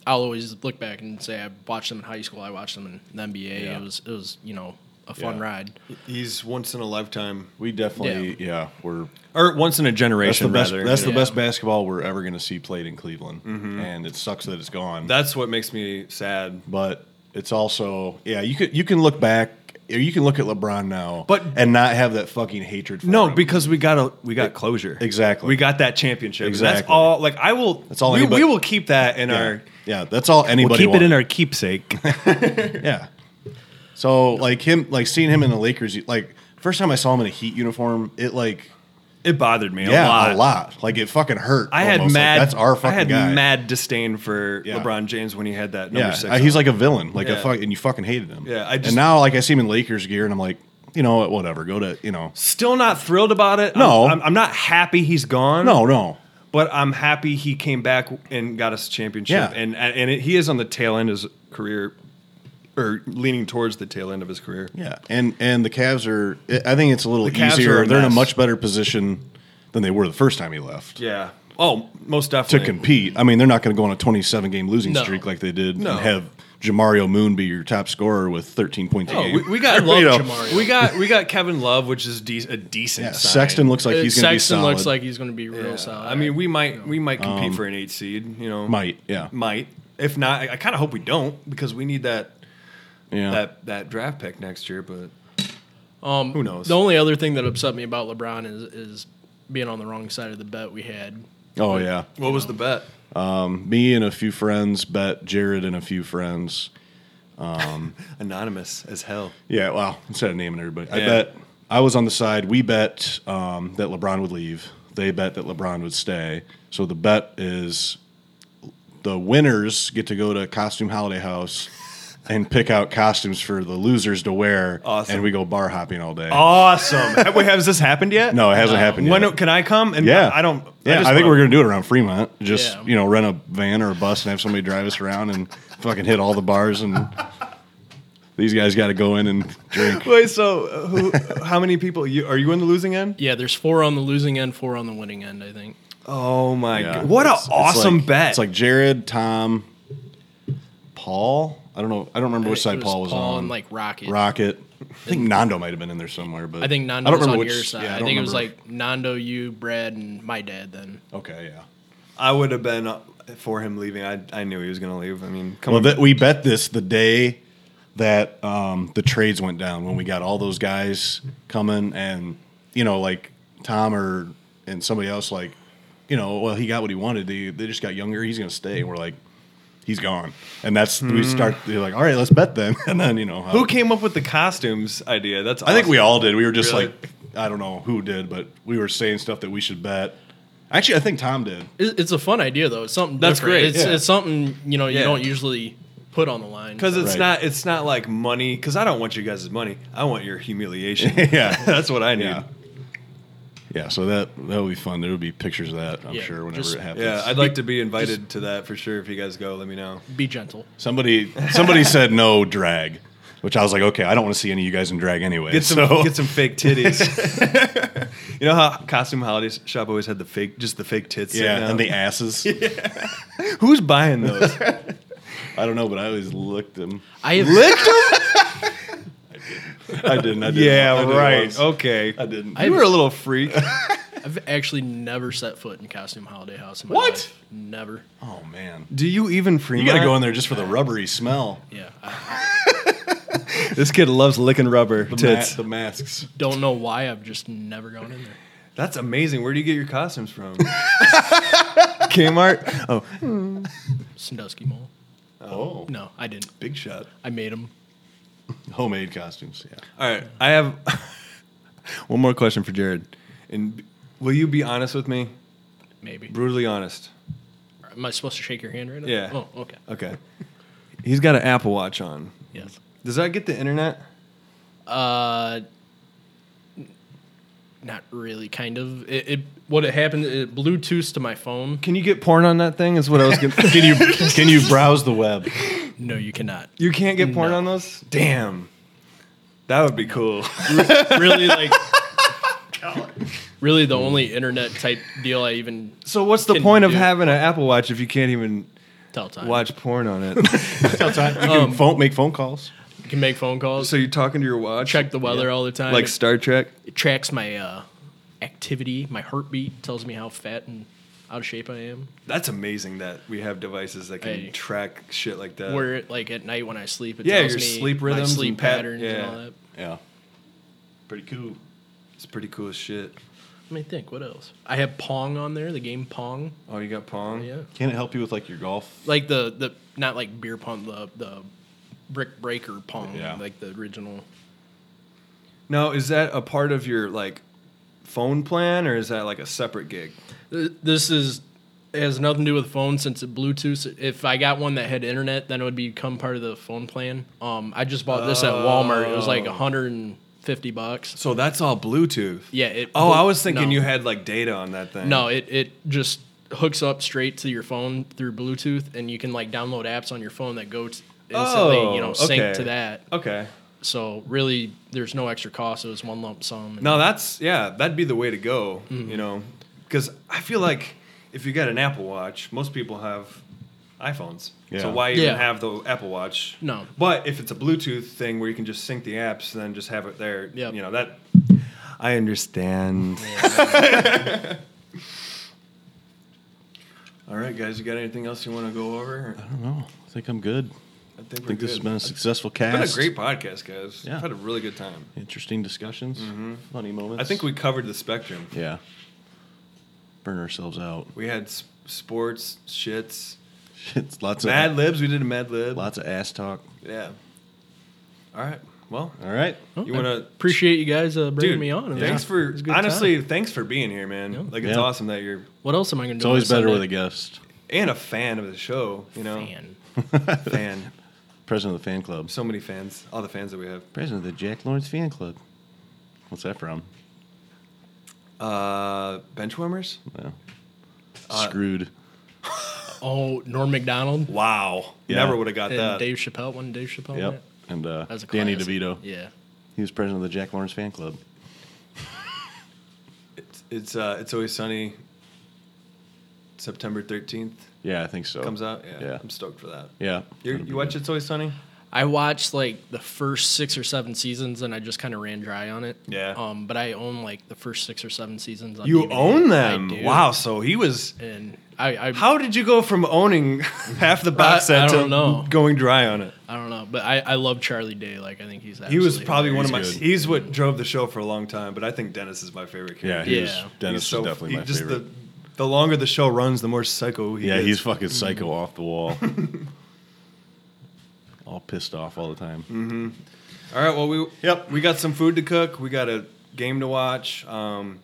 [SPEAKER 5] I'll always look back and say I watched him in high school. I watched him in the NBA.
[SPEAKER 3] Yeah.
[SPEAKER 5] It was it was you know a fun
[SPEAKER 3] Yeah.
[SPEAKER 5] ride.
[SPEAKER 4] he's once in a lifetime,
[SPEAKER 3] we definitely. Yeah, we're
[SPEAKER 4] or once in a
[SPEAKER 3] that's the
[SPEAKER 4] generation.
[SPEAKER 3] best.
[SPEAKER 4] rather.
[SPEAKER 3] that's the
[SPEAKER 5] Yeah.
[SPEAKER 3] best basketball we're ever going to see played in Cleveland, and it sucks that it's gone.
[SPEAKER 4] That's what makes me sad.
[SPEAKER 3] but it's also yeah. You could you can look back. or You can look at LeBron now,
[SPEAKER 4] But-
[SPEAKER 3] and not have that fucking hatred. For
[SPEAKER 4] No,
[SPEAKER 3] him.
[SPEAKER 4] because we got a we got closure.
[SPEAKER 3] exactly.
[SPEAKER 4] We got that championship. And That's
[SPEAKER 3] Exactly.
[SPEAKER 4] all. Like I will. That's
[SPEAKER 3] all
[SPEAKER 4] We,
[SPEAKER 3] anybody-
[SPEAKER 4] we will keep that in
[SPEAKER 3] yeah,
[SPEAKER 4] our.
[SPEAKER 3] yeah, that's all
[SPEAKER 4] We'll
[SPEAKER 3] anybody.
[SPEAKER 4] keep it in
[SPEAKER 3] wanted.
[SPEAKER 4] our keepsake.
[SPEAKER 3] Yeah. So like him, like seeing him in the Lakers, like first time I saw him in a Heat uniform, it like
[SPEAKER 4] it bothered me
[SPEAKER 3] yeah
[SPEAKER 4] a lot.
[SPEAKER 3] a lot. Like it fucking hurt.
[SPEAKER 4] I had
[SPEAKER 3] almost. Like,
[SPEAKER 4] mad.
[SPEAKER 3] that's our fucking
[SPEAKER 4] I had
[SPEAKER 3] guy.
[SPEAKER 4] mad disdain for
[SPEAKER 3] Yeah.
[SPEAKER 4] LeBron James when he had that number
[SPEAKER 3] yeah,
[SPEAKER 4] six.
[SPEAKER 3] uh, he's
[SPEAKER 4] on.
[SPEAKER 3] like a villain. Like
[SPEAKER 4] Yeah.
[SPEAKER 3] a fuck, and you fucking hated him.
[SPEAKER 4] Yeah, I just-
[SPEAKER 3] and now like I see him in Lakers gear, and I'm like, you know what? Whatever. Go to you know.
[SPEAKER 4] still not thrilled about it.
[SPEAKER 3] No.
[SPEAKER 4] I'm, I'm, I'm not happy he's gone.
[SPEAKER 3] No, no.
[SPEAKER 4] but I'm happy he came back and got us a championship.
[SPEAKER 3] Yeah.
[SPEAKER 4] And and it, he is on the tail end of his career, or leaning towards the tail end of his career.
[SPEAKER 3] Yeah, and and the Cavs are. I think it's a little
[SPEAKER 4] The Cavs are
[SPEAKER 3] easier.
[SPEAKER 4] a
[SPEAKER 3] They're in a
[SPEAKER 4] mess.
[SPEAKER 3] much better position than they were the first time he left.
[SPEAKER 4] Yeah. Oh, most
[SPEAKER 3] to
[SPEAKER 4] definitely.
[SPEAKER 3] compete. I mean, they're not going to go on a 27 game losing
[SPEAKER 5] No.
[SPEAKER 3] streak like they did
[SPEAKER 4] No.
[SPEAKER 3] and have Jamario Moon be your top scorer with 13 points a
[SPEAKER 4] Oh,
[SPEAKER 3] game.
[SPEAKER 4] we, we got
[SPEAKER 5] I love
[SPEAKER 4] you know,
[SPEAKER 5] Jamario.
[SPEAKER 4] We got we got Kevin Love, which is de- a decent.
[SPEAKER 3] yeah,
[SPEAKER 4] sign.
[SPEAKER 3] Sexton looks
[SPEAKER 4] Uh,
[SPEAKER 3] like he's going to be
[SPEAKER 5] Sexton
[SPEAKER 3] solid.
[SPEAKER 5] looks like he's going to be real
[SPEAKER 4] Yeah.
[SPEAKER 5] solid.
[SPEAKER 4] I mean, we might we might compete for an eight seed. You know,
[SPEAKER 3] might. Yeah,
[SPEAKER 4] Um, might. If not, I, I kind of hope we don't because we need that
[SPEAKER 3] yeah.
[SPEAKER 4] that that draft pick next year. But
[SPEAKER 5] um,
[SPEAKER 4] who knows?
[SPEAKER 5] The only other thing that upset me about LeBron is is being on the wrong side of the bet we had.
[SPEAKER 3] oh yeah.
[SPEAKER 4] what was the bet?
[SPEAKER 3] Me and a few friends bet Jared and a few friends.
[SPEAKER 4] Anonymous as hell.
[SPEAKER 3] Yeah, well, instead of naming everybody, I
[SPEAKER 4] Yeah.
[SPEAKER 3] bet I was on the side. We bet um, that LeBron would leave. They bet that LeBron would stay. So the bet is the winners get to go to costume holiday house and pick out costumes for the losers to wear.
[SPEAKER 4] Awesome.
[SPEAKER 3] And we go bar hopping all day.
[SPEAKER 4] Awesome. Have- Wait, has this happened yet?
[SPEAKER 3] No, it hasn't happened
[SPEAKER 4] When
[SPEAKER 3] yet.
[SPEAKER 4] can I come? And
[SPEAKER 3] yeah,
[SPEAKER 4] I, I don't.
[SPEAKER 3] Yeah,
[SPEAKER 4] just
[SPEAKER 3] I, think
[SPEAKER 4] wanna-
[SPEAKER 3] we're gonna do it around Fremont. Just
[SPEAKER 5] Yeah.
[SPEAKER 3] you know, rent a van or a bus and have somebody drive us around and fucking hit all the bars and These guys got to go in and drink.
[SPEAKER 4] Wait, so uh, who, how many people you, are you in the losing end?
[SPEAKER 5] Yeah, there's four on the losing end, four on the winning end. I think.
[SPEAKER 4] Oh my
[SPEAKER 3] Yeah.
[SPEAKER 4] god! What an
[SPEAKER 3] It's- it's
[SPEAKER 4] awesome
[SPEAKER 3] like-
[SPEAKER 4] bet!
[SPEAKER 3] It's like Jared, Tom, Paul. I don't know. I don't remember which
[SPEAKER 5] It
[SPEAKER 3] side Paul was
[SPEAKER 5] Paul
[SPEAKER 3] on.
[SPEAKER 5] and like Rocket.
[SPEAKER 3] Rocket. I think Nando might have been in there somewhere, but
[SPEAKER 5] I think Nando
[SPEAKER 3] I don't
[SPEAKER 5] was on
[SPEAKER 3] remember which-
[SPEAKER 5] your side.
[SPEAKER 3] yeah,
[SPEAKER 5] I,
[SPEAKER 3] don't
[SPEAKER 5] think it was
[SPEAKER 3] remember.
[SPEAKER 5] like Nando, you, Brad, and my dad. Then
[SPEAKER 3] okay, yeah.
[SPEAKER 4] I would have been uh, for him leaving. I, I knew he was gonna leave. I mean, come
[SPEAKER 3] Well,
[SPEAKER 4] on.
[SPEAKER 3] that we bet this the day that um, the trades went down when we got all those guys coming and you know like Tom or and somebody else like you know well he got what he wanted they they just got younger he's gonna stay we're like he's gone and that's we start they're like all right let's bet then and then you know
[SPEAKER 4] Hmm. who came up with the costumes idea? That's
[SPEAKER 3] I think we
[SPEAKER 4] awesome.
[SPEAKER 3] all did we were just
[SPEAKER 4] Really?
[SPEAKER 3] like I don't know who did but we were saying stuff that we should bet actually I think Tom did
[SPEAKER 5] It- it's a fun idea though. It's something
[SPEAKER 4] That's
[SPEAKER 5] different.
[SPEAKER 4] great,
[SPEAKER 5] It's,
[SPEAKER 3] yeah.
[SPEAKER 5] it's something you know
[SPEAKER 4] Yeah.
[SPEAKER 5] you don't usually put on the line.
[SPEAKER 4] Because it's
[SPEAKER 3] Right.
[SPEAKER 4] not it's not like money. Because I don't want you guys' money. I want your humiliation.
[SPEAKER 3] Yeah.
[SPEAKER 4] that's what I need.
[SPEAKER 3] yeah.
[SPEAKER 4] Yeah,
[SPEAKER 3] Yeah, so that that'll be fun. There'll be pictures of that, I'm
[SPEAKER 5] Yeah,
[SPEAKER 3] sure, whenever
[SPEAKER 5] just-
[SPEAKER 3] it happens.
[SPEAKER 4] I'd like to be invited to that for sure. If you guys go, let me know.
[SPEAKER 5] be gentle.
[SPEAKER 3] Somebody somebody said no drag, which I was like, okay, I don't want to see any of you guys in drag anyway.
[SPEAKER 4] Get some
[SPEAKER 3] so
[SPEAKER 4] get some fake titties. you know how costume holiday shop always had the fake just the fake tits. sitting
[SPEAKER 3] yeah,
[SPEAKER 4] out?
[SPEAKER 3] and the asses.
[SPEAKER 4] who's buying those?
[SPEAKER 3] I don't know, but I always licked them.
[SPEAKER 5] I have
[SPEAKER 3] I didn't. I didn't. I
[SPEAKER 4] yeah,
[SPEAKER 3] did
[SPEAKER 4] right.
[SPEAKER 3] once.
[SPEAKER 4] Okay,
[SPEAKER 3] I didn't.
[SPEAKER 5] I-
[SPEAKER 4] you were a little freak.
[SPEAKER 5] I've actually never set foot in costume holiday house. In my
[SPEAKER 3] What?
[SPEAKER 5] life. Never.
[SPEAKER 3] oh man,
[SPEAKER 4] Do you even free?
[SPEAKER 3] you got to go in there just for the rubbery smell.
[SPEAKER 5] Yeah. I
[SPEAKER 4] This kid loves licking rubber
[SPEAKER 3] The, ma-
[SPEAKER 4] tits.
[SPEAKER 3] the masks.
[SPEAKER 5] don't know why. I've just never gone in there.
[SPEAKER 4] That's amazing. Where do you get your costumes from? Kmart. Oh,
[SPEAKER 5] Sandusky Mall. Um,
[SPEAKER 3] Oh,
[SPEAKER 5] No, I didn't.
[SPEAKER 4] big shot.
[SPEAKER 5] I made them.
[SPEAKER 3] homemade costumes. Yeah.
[SPEAKER 4] All right, I have one more question for Jared. And will you be honest with me?
[SPEAKER 5] Maybe.
[SPEAKER 4] Brutally honest.
[SPEAKER 5] Am I supposed to shake your hand right now?
[SPEAKER 4] Yeah.
[SPEAKER 5] Oh, okay.
[SPEAKER 4] Okay. He's got an Apple Watch on.
[SPEAKER 5] Yes.
[SPEAKER 4] Does that get the internet?
[SPEAKER 5] Uh, n- not really. Kind of. It, it what it happened. It Bluetooth to my phone.
[SPEAKER 4] Can you get porn on that thing? Is what I was going
[SPEAKER 3] Can you can you browse the web?
[SPEAKER 5] No, you cannot.
[SPEAKER 4] You can't get porn
[SPEAKER 5] No.
[SPEAKER 4] on those? Damn. That would be cool.
[SPEAKER 5] Really like. really, the only internet type deal I even
[SPEAKER 4] So what's the
[SPEAKER 5] Can
[SPEAKER 4] point of
[SPEAKER 5] do. Uh,
[SPEAKER 4] having an Apple Watch if you can't even
[SPEAKER 5] tell time.
[SPEAKER 4] watch porn on it?
[SPEAKER 3] You can phone, make phone calls.
[SPEAKER 5] You can make phone calls.
[SPEAKER 4] so you're talking to your watch?
[SPEAKER 5] check the weather all the time.
[SPEAKER 4] Like
[SPEAKER 5] It-
[SPEAKER 4] Star Trek?
[SPEAKER 5] it tracks my uh, activity, my heartbeat, tells me how fat and out of shape I am.
[SPEAKER 4] That's amazing that we have devices that can
[SPEAKER 5] Hey.
[SPEAKER 4] track shit like that.
[SPEAKER 5] Where it, like at night when I sleep, it
[SPEAKER 4] Uh, Yeah,
[SPEAKER 5] tells
[SPEAKER 4] your
[SPEAKER 5] me
[SPEAKER 4] sleep
[SPEAKER 5] my
[SPEAKER 4] rhythms
[SPEAKER 5] sleep
[SPEAKER 4] and pat-
[SPEAKER 5] patterns,
[SPEAKER 4] yeah.
[SPEAKER 5] and all that.
[SPEAKER 3] Yeah. Pretty cool.
[SPEAKER 4] It's pretty cool as shit.
[SPEAKER 5] Let me think. What else? I have Pong on there, the game Pong.
[SPEAKER 4] Oh, you got Pong?
[SPEAKER 5] Yeah,
[SPEAKER 3] Can it help you with like your golf?
[SPEAKER 5] like the the not like beer pong, the the brick breaker Pong,
[SPEAKER 3] Yeah.
[SPEAKER 5] like the original.
[SPEAKER 4] Now, is that a part of your like phone plan or is that like a separate gig?
[SPEAKER 5] Th- This is it has nothing to do with phone since it Bluetooth. If I got one that had internet, then it would become part of the phone plan. Um, I just bought this at Walmart. It was
[SPEAKER 4] Oh.
[SPEAKER 5] like 150 bucks.
[SPEAKER 4] So that's all Bluetooth.
[SPEAKER 5] Yeah. It,
[SPEAKER 4] Oh, I was thinking
[SPEAKER 5] no.
[SPEAKER 4] you had like data on that thing.
[SPEAKER 5] No, it it just hooks up straight to your phone through Bluetooth, and you can like download apps on your phone that go to instantly, you know, sync
[SPEAKER 4] Oh, okay.
[SPEAKER 5] to that.
[SPEAKER 4] Okay.
[SPEAKER 5] So really, there's no extra cost. It was one lump sum.
[SPEAKER 4] No, that's yeah, that'd be the way to go,
[SPEAKER 5] Mm-hmm.
[SPEAKER 4] you know. Cuz I feel like if you got an Apple Watch, most people have iPhones. So
[SPEAKER 3] Yeah.
[SPEAKER 4] why even
[SPEAKER 5] Yeah.
[SPEAKER 4] have the Apple Watch?
[SPEAKER 5] No.
[SPEAKER 4] But if it's a Bluetooth thing where you can just sync the apps then just have it there,
[SPEAKER 5] Yep.
[SPEAKER 4] you know, that I understand. All right, guys, you got anything else you want to go over?
[SPEAKER 3] I don't know. I think I'm good.
[SPEAKER 4] I think,
[SPEAKER 3] I
[SPEAKER 4] we're
[SPEAKER 3] think this
[SPEAKER 4] good.
[SPEAKER 3] has been a successful
[SPEAKER 4] It's been a
[SPEAKER 3] cast.
[SPEAKER 4] great podcast, guys.
[SPEAKER 3] Yeah.
[SPEAKER 4] I've had a really good time.
[SPEAKER 3] Interesting discussions. Funny moments.
[SPEAKER 4] Mm-hmm. I think we covered the spectrum.
[SPEAKER 3] Yeah. Burn ourselves out.
[SPEAKER 4] We had s- sports, shits,
[SPEAKER 3] It's lots of
[SPEAKER 4] Mad Libs. We did a Mad Lib.
[SPEAKER 3] lots of ass talk.
[SPEAKER 4] Yeah. All right. Well,
[SPEAKER 3] All right.
[SPEAKER 4] you want to
[SPEAKER 5] Oh, Appreciate you guys uh, bringing
[SPEAKER 4] dude
[SPEAKER 5] me on. It
[SPEAKER 4] Thanks
[SPEAKER 5] was- it
[SPEAKER 4] for
[SPEAKER 5] was a good
[SPEAKER 4] honestly.
[SPEAKER 5] time.
[SPEAKER 4] Thanks for being here, man. Like it's
[SPEAKER 3] Yeah.
[SPEAKER 4] awesome that you're
[SPEAKER 5] What else am I gonna do?
[SPEAKER 3] It's always
[SPEAKER 5] on
[SPEAKER 3] better with a
[SPEAKER 5] Sunday?
[SPEAKER 3] guest.
[SPEAKER 4] and a fan of the show. You know,
[SPEAKER 5] fan.
[SPEAKER 4] fan.
[SPEAKER 3] President of the fan club.
[SPEAKER 4] So many fans. All the fans that we have.
[SPEAKER 3] President of the Jack Lawrence fan club. What's that from?
[SPEAKER 4] Uh, Benchwarmers.
[SPEAKER 3] Well,
[SPEAKER 4] Uh,
[SPEAKER 3] screwed.
[SPEAKER 5] Oh, Norm Macdonald
[SPEAKER 4] Wow.
[SPEAKER 3] Yeah.
[SPEAKER 4] Never would have got
[SPEAKER 5] and
[SPEAKER 4] that.
[SPEAKER 5] Dave Chappelle. One Dave Chappelle.
[SPEAKER 3] Yep.
[SPEAKER 5] met?
[SPEAKER 3] and uh,
[SPEAKER 5] That was a
[SPEAKER 3] Danny
[SPEAKER 5] classic.
[SPEAKER 3] DeVito.
[SPEAKER 5] Yeah.
[SPEAKER 3] He was president of the Jack Lawrence fan club.
[SPEAKER 4] It's it's, uh, it's always sunny. September thirteenth
[SPEAKER 3] Yeah, I think so.
[SPEAKER 4] comes out. Yeah,
[SPEAKER 3] Yeah.
[SPEAKER 4] I'm stoked for that.
[SPEAKER 3] Yeah.
[SPEAKER 4] You're, you watch It's Always Sunny?
[SPEAKER 5] I watched like the first six or seven seasons, and I just kind of ran dry on it.
[SPEAKER 4] Yeah.
[SPEAKER 5] Um, but I own like the first six or seven seasons. On
[SPEAKER 4] You
[SPEAKER 5] DVD.
[SPEAKER 4] own
[SPEAKER 5] I
[SPEAKER 4] them.
[SPEAKER 5] do.
[SPEAKER 4] Wow. So he was.
[SPEAKER 5] And I, I,
[SPEAKER 4] How did you go from owning half the box
[SPEAKER 5] I- I
[SPEAKER 4] set to
[SPEAKER 5] don't know.
[SPEAKER 4] going dry on it?
[SPEAKER 5] I don't know, but I, I love Charlie Day. Like I think he's
[SPEAKER 4] He was
[SPEAKER 5] absolutely
[SPEAKER 4] probably one of
[SPEAKER 5] hilarious.
[SPEAKER 4] my.
[SPEAKER 3] He's good.
[SPEAKER 4] He's what drove the show for a long time, but I think Dennis is my favorite
[SPEAKER 3] Yeah,
[SPEAKER 4] character.
[SPEAKER 3] he was,
[SPEAKER 5] Yeah.
[SPEAKER 3] Dennis was definitely
[SPEAKER 4] he-
[SPEAKER 3] my
[SPEAKER 4] just
[SPEAKER 3] favorite.
[SPEAKER 4] The, the longer the show runs, the more psycho he
[SPEAKER 3] yeah,
[SPEAKER 4] gets.
[SPEAKER 3] he's fucking psycho off the wall. All pissed off all the time.
[SPEAKER 4] All right. Well, we
[SPEAKER 3] Yep.
[SPEAKER 4] We got some food to cook. We got a game to watch. Um,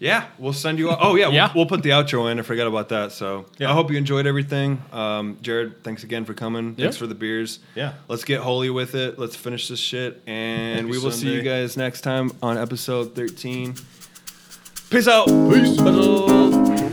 [SPEAKER 4] yeah, we'll send you. Out. Oh yeah,
[SPEAKER 5] Yeah.
[SPEAKER 4] We'll, we'll put the outro in. I forgot about that. So
[SPEAKER 3] Yeah.
[SPEAKER 4] I hope you enjoyed everything. Um, Jared, thanks again for coming.
[SPEAKER 5] Yeah.
[SPEAKER 4] Thanks for the beers.
[SPEAKER 3] Yeah.
[SPEAKER 4] Let's get holy with it. Let's finish this shit, and
[SPEAKER 3] Happy
[SPEAKER 4] we will see you
[SPEAKER 3] Sunday.
[SPEAKER 4] guys next time on episode thirteen. Peace out.
[SPEAKER 3] Peace.
[SPEAKER 4] Bye.